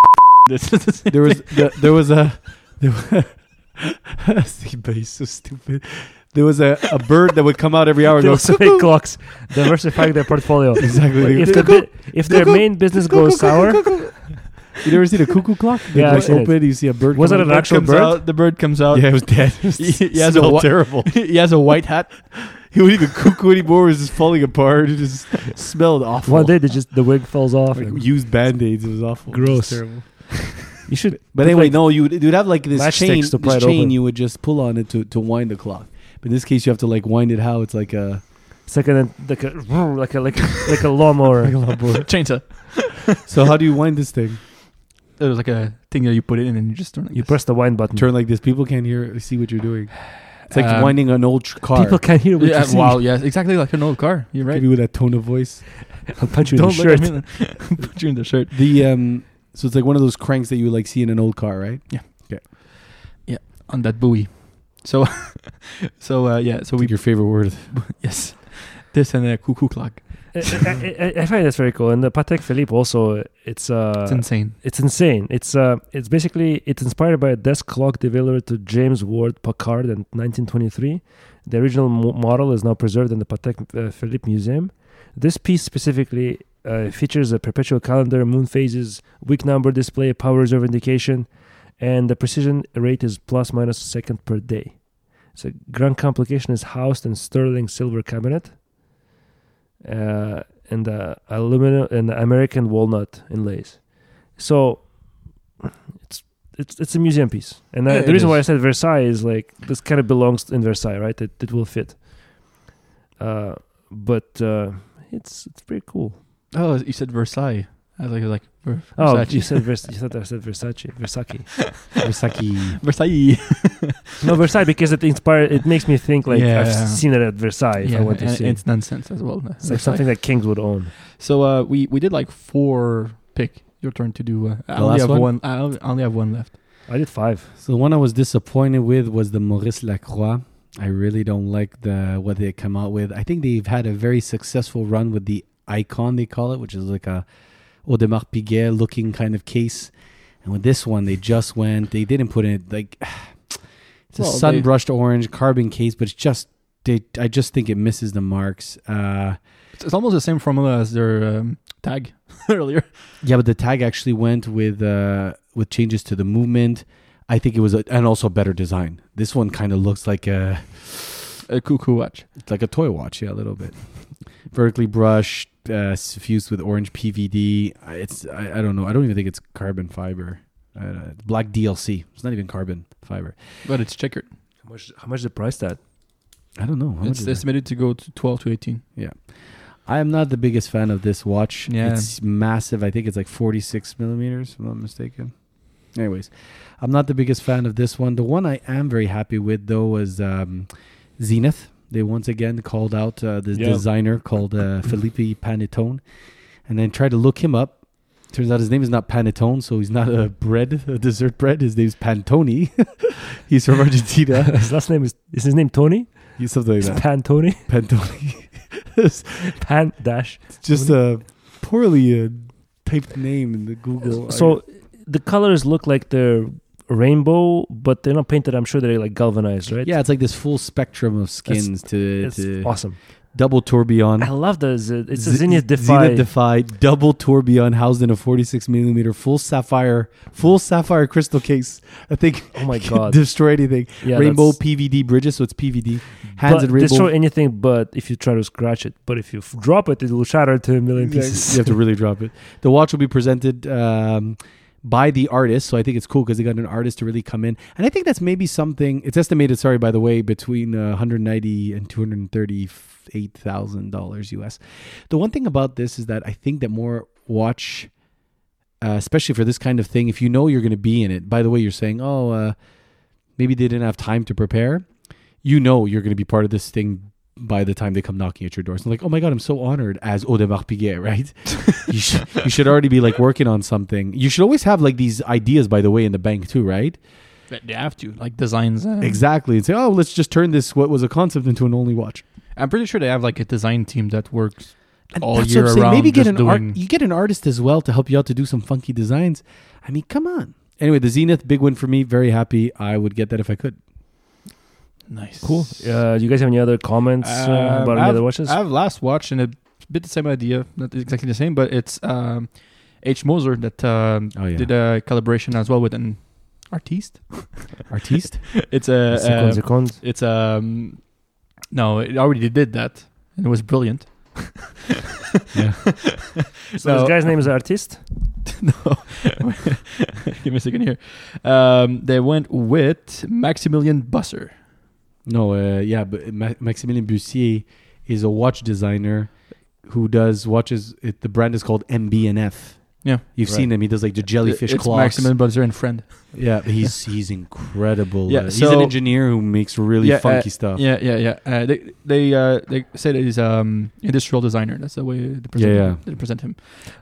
S1: This is the same
S3: there was
S1: thing.
S3: the, there was a there was, he's so stupid. There was a, a bird that would come out every hour and
S2: They
S3: go
S2: also
S3: cuckoo.
S2: make clocks, diversifying their portfolio.
S3: Exactly.
S2: Like,
S3: They
S2: if,
S3: go,
S2: the
S3: cuckoo,
S2: bi- if their
S3: cuckoo,
S2: main business
S3: cuckoo,
S2: goes
S3: cuckoo,
S2: sour,
S3: cuckoo. You ever seen a cuckoo clock? They
S2: Yeah, I've
S3: just
S2: seen it.
S3: open, you see a bird.
S2: Was
S3: come
S2: it an
S3: out.
S2: actual
S1: comes
S2: bird?
S1: out, the bird comes out.
S3: Yeah, it was dead.
S1: He- he
S3: yeah,
S1: has
S3: it
S1: a
S3: smelled
S1: wa-
S3: terrible.
S1: he has a white hat.
S3: He wouldn't even cuckoo anymore. It was just falling apart. It just smelled awful.
S2: one day they just the wig falls off.
S3: like,
S2: and-
S3: used band aids. It was awful. It was
S2: Gross.
S3: terrible.
S2: you should.
S3: But
S2: Put,
S3: anyway,
S2: like,
S3: no, you would, you'd have like this
S2: matchsticks
S3: chain.
S2: to pry
S3: This
S2: it
S3: chain
S2: open.
S3: you would just pull on it to, to wind the clock. But in this case, you have to like wind it how it's like a
S2: Second, like a like a like a, like a lawnmower.
S1: Chainsaw.
S3: So how do you wind this thing?
S1: It was like a thing that you put in and then you just turn. Like
S2: You
S1: this.
S2: press the wine button.
S3: Turn like this. People can't hear see what you're doing. It's like
S1: Um,
S3: winding an old tr- car.
S2: People can hear what
S1: Yeah,
S2: you see.
S1: wow. Yes, exactly like an old car. You're right.
S3: Maybe with that tone of voice.
S2: I'll punch you in
S1: Don't
S2: the shirt.
S1: look at me. Put you in the shirt.
S3: The um, so it's like one of those cranks that you like see in an old car, right?
S1: on that buoy. So, so uh, yeah. So
S3: Like
S1: we
S3: your favorite word.
S1: yes, this and a cuckoo clock.
S2: I, I- I- I find that's very cool. And the Patek Philippe also, it's uh,
S1: It's insane.
S2: it's insane. It's uh, it's basically it's inspired by a desk clock developed to James Ward Packard in 1923. The original mo- model is now preserved in the Patek uh, Philippe Museum. This piece specifically Uh, it features a perpetual calendar, moon phases, week number display, power reserve indication, and the precision rate is plus minus a second per day. So grand complication is housed in sterling silver cabinet, uh, and the aluminum and the American walnut inlays. So it's it's it's a museum piece, and I,
S1: Yeah,
S2: the
S1: it
S2: reason why I
S1: is.
S2: said Versailles is like this kind of belongs in Versailles, right? It it will fit. Uh, but uh, it's it's pretty cool.
S1: Oh, you said Versailles. I was like, I was like Ver-
S2: Oh,
S1: Versace.
S2: you said Vers- you thought I said Versace, Versace.
S3: Versace.
S1: Versailles.
S2: No, Versailles because it inspired. It makes me think like I've
S1: Yeah.
S2: seen it at Versailles. if I want to
S1: and
S2: see. it.
S1: it's nonsense as well.
S2: It's like something that kings would own.
S1: So uh, we we did like four pick. Your turn to do. Uh, I only
S3: last
S1: have
S3: one?
S1: one. I only- I only have one left.
S2: I did five.
S3: So the one I was disappointed with was the Maurice Lacroix. I really don't like the what they come out with. I think they've had a very successful run with the icon they call it, which is like a Audemars Piguet looking kind of case. And with this one, they just went. They didn't put in like it's a
S1: Well, they-
S3: sun brushed orange carbon case, but it's just they. I just think it misses the marks. Uh,
S1: It's, it's almost the same formula as their um, tag earlier.
S3: Yeah, but the tag actually went with uh, with changes to the movement. I think it was, a, and also better design. This one kind of looks like a
S1: A cuckoo watch.
S3: it's like a toy watch, yeah, a little bit. Vertically brushed, uh, suffused with orange PVD. I- It's I, I don't know. I don't even think it's carbon fiber. Uh, black DLC. It's not even carbon fiber.
S1: But it's checkered.
S2: How much? How much the price that?
S3: I don't know. How much
S1: It's
S3: is it?
S1: estimated to go to twelve to eighteen.
S3: I am not the biggest fan of this watch.
S1: Yeah.
S3: It's massive. I think it's like 46 millimeters, if I'm not mistaken. Anyways, I'm not the biggest fan of this one. The one I am very happy with, though, was um, Zenith. They once again called out uh, the
S2: Yeah.
S3: designer called uh, Felipe Panettone and then tried to look him up. Turns out his name is not Panettone, so he's not a bread, a dessert bread. His name's Pantone. he's from Argentina.
S2: his last name is is his name Tony?
S3: he's something like
S2: It's
S3: that.
S2: Pan Tony?
S3: Pantone.
S2: Pan Dash.
S3: It's just a poorly uh, typed name in the Google.
S2: So the colors look like they're rainbow, but they're not painted. I'm sure they're like galvanized, right?
S3: yeah, it's like this full spectrum of skins to,
S2: It's
S3: to
S2: awesome.
S3: double
S2: I
S3: tourbillon.
S2: love the Z- it's a
S3: Z-
S2: Zenith Defy.
S3: Zenith Defy, double tourbillon housed in a 46 millimeter full sapphire, full sapphire crystal case. I think
S2: oh my god!
S3: destroy anything.
S2: Yeah,
S3: rainbow
S2: that's-
S3: PVD bridges, so it's PVD. Hands
S2: but
S3: and rainbow.
S2: destroy anything, but if you try to scratch it, but if you f- drop it, it will shatter to a million
S3: Exactly.
S2: pieces.
S3: You have to really drop it. The watch will be presented um, by the artist, so I think it's cool because they got an artist to really come in. And I think that's maybe something. It's estimated, sorry, by the way, between uh, 190 and 238 thousand dollars US. The one thing about this is that I think that more watch. Uh, especially for this kind of thing, if you know you're going to be in it, by the way, you're saying, oh, uh, maybe they didn't have time to prepare. You know you're going to be part of this thing by the time they come knocking at your doors. And like, oh my God, I'm so honored as Audemars Piguet, right? you, should, you should already be like working on something. You should always have like these ideas, by the way, in the bank too, right?
S1: They have to like designs. uh,
S3: Exactly. And say, oh, let's just turn this, what was a concept, into an only watch.
S1: I'm pretty sure they have like a design team that works
S3: And
S1: all
S3: that's what
S1: year
S3: I'm saying.
S1: around.
S3: Maybe get
S1: just
S3: an
S1: doing,
S3: art, you get an artist as well to help you out to do some funky designs. I mean, come on. Anyway, the Zenith, big win for me. Very happy. I would get that if I could.
S1: nice.
S2: Cool. Uh, you guys have any other comments uh,
S1: Um,
S2: about
S1: I
S2: any
S1: have-
S2: other watches?
S1: I have last watch and a bit the same idea, not exactly the same, but it's um, H Moser that um,
S3: Oh, yeah.
S1: did a collaboration as well with an artiste.
S3: Artiste?
S1: It's a
S2: Second,
S1: uh,
S2: second.
S1: it's um no, it already did that and it was brilliant.
S3: Yeah.
S2: So this guy's name is artist.
S1: no. Give me a second here. Um, they went with Maximilian Busser.
S3: No, uh, yeah, but Ma- Maximilien Bussier is a watch designer who does watches. It, the brand is called MBNF.
S1: Yeah.
S3: you've seen him. He does like the jellyfish
S1: it's
S3: clocks.
S1: Maximilian Busser and friend.
S3: Yeah, he's he's incredible.
S1: Yeah,
S3: Uh, he's an
S1: so-
S3: engineer who makes really
S1: Yeah, uh,
S3: funky stuff.
S1: Yeah, yeah, yeah. Uh, they they uh, they say that he's um industrial designer. That's the way they present,
S3: Yeah, yeah.
S1: They present him.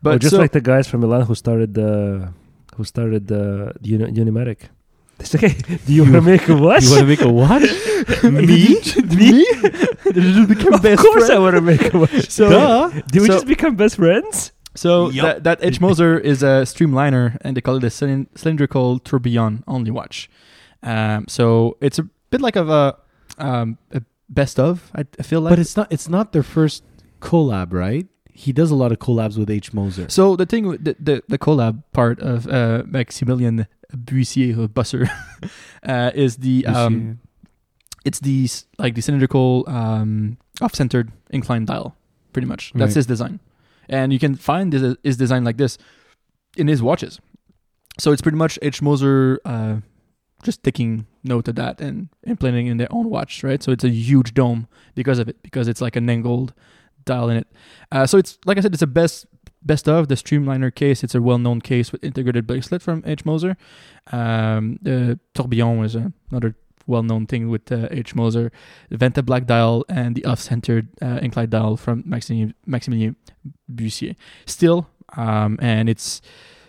S2: But
S1: But
S2: just
S1: so-
S2: like the guys from Milan who started the who started the Uni- Unimatic. It's okay. Do you want to make a watch?
S3: You want to make a watch? Me?
S2: Me?
S1: become
S2: of course, I want to make a watch.
S1: So-
S2: Duh. did we
S1: so-
S2: just become best friends?
S1: So
S3: Yup.
S1: that that Edge Moser is a streamliner, and they call it a cylin- cylindrical tourbillon only watch. Um, so it's a bit like of a um a best of. I, I feel like,
S3: But it's not. It's not their first collab, right? he does a lot of collabs with H Moser.
S1: So the thing, with the the, the collab part of uh, Maximilian Bussier or Busser uh, is the um, it's the s- like the cylindrical um, off-centered inclined dial, pretty much. That's
S3: Right.
S1: his design, and you can find this, his design like this in his watches. So it's pretty much H Moser uh, just taking note of that and implementing in their own watch, right? So it's a huge dome because of it, because it's like an angled dial in it. Uh, so it's like I said, it's a best best of the Streamliner case. It's a well-known case with integrated bracelet from H Moser. Um, the Tourbillon is another well-known thing with uh, H Moser. The Venta Black dial and the off-centered uh, inclined dial from Maximilien, Maximilien Bussier. Still, um, and it's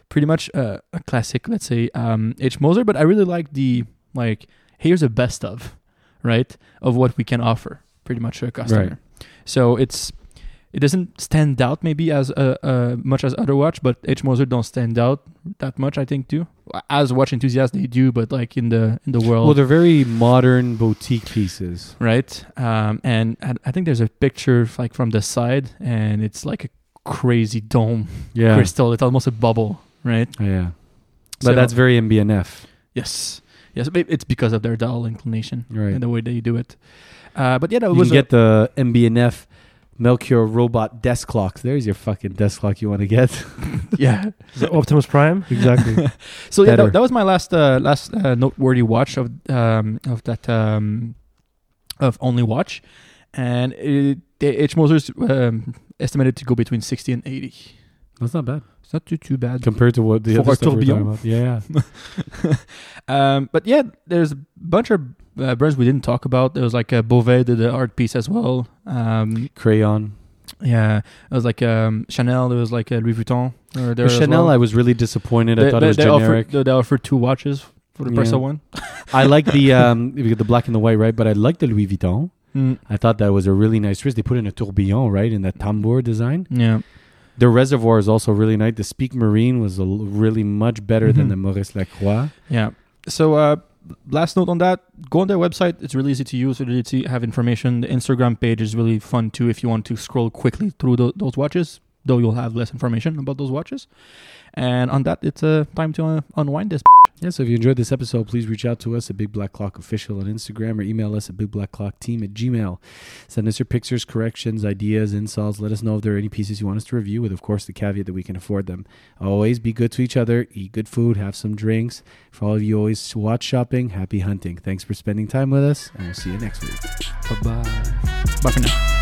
S1: pretty much a, a classic, let's say um, H Moser. But I really like the like here's a best of, right, of what we can offer pretty much to a customer.
S3: Right.
S1: So it's it doesn't stand out maybe as uh, uh, much as other watch, but H Moser don't stand out that much. I think too. As watch enthusiasts, they do, but like in the in the world,
S3: Um, Well, they're very modern boutique pieces.
S1: right? Um, and I, I think there's a picture like from the side, and it's like a crazy dome
S3: Yeah,
S1: crystal. It's almost a bubble, right?
S3: yeah. But
S1: So-
S3: that's very MBNF.
S1: Yes, yes. but It's because of their dial inclination
S3: Right.
S1: and the way they do it. Uh, but yeah, that
S3: You
S1: was
S3: can
S1: a-
S3: get the MBNF Melchior robot desk clocks. There's your fucking desk clock you want to get.
S1: yeah.
S2: The Optimus Prime.
S3: exactly.
S1: So yeah,
S3: Better.
S1: that, that was my last uh, last uh, noteworthy watch of um, of that um, of only watch, and it, the H Moser's um, estimated to go between sixty and eighty.
S3: That's not bad
S1: It's not too too bad.
S3: compared to what the
S1: For
S3: other
S1: a
S3: stuff we're talking
S1: tourbillon.
S3: about. Yeah, yeah.
S1: um, but yeah, there's a bunch of uh, brands we didn't talk about. There was like uh, Beauvais did the art piece as well. Um,
S3: Crayon.
S1: yeah, it was like um, Chanel. There was like uh, Louis Vuitton. Or there
S3: For
S1: as
S3: Chanel,
S1: well.
S3: I was really disappointed. I thought it was
S1: they
S3: generic.
S1: Offered, they- they offered two watches for the
S3: Yeah.
S1: price of one.
S3: I like the um, if you get the black and the white, right? But I like the Louis Vuitton.
S1: Mm,
S3: I thought that was a really nice wrist. They put in a tourbillon, right, in that tambour design.
S1: yeah,
S3: The reservoir is also really nice. The Speak Marine was a l- really much better than
S1: Mhm.
S3: the Maurice Lacroix.
S1: yeah. So uh, last note on that: go on their website. It's really easy to use. Really easy to have information. The Instagram page is really fun too. If you want to scroll quickly through tho- those watches, though you'll have less information about those watches. And on that, it's uh, time to uh, unwind this.
S3: Yeah, so if you enjoyed this episode, please reach out to us at Big Black Clock Official on Instagram or email us at Big Black Clock Team at Gmail. Send us your pictures, corrections, ideas, insults. Let us know if there are any pieces you want us to review, with, of course, the caveat that we can afford them. Always be good to each other, eat good food, have some drinks. For all of you always watch shopping, happy hunting. Thanks for spending time with us, and we'll see you next week.
S1: Bye bye. Bye for now.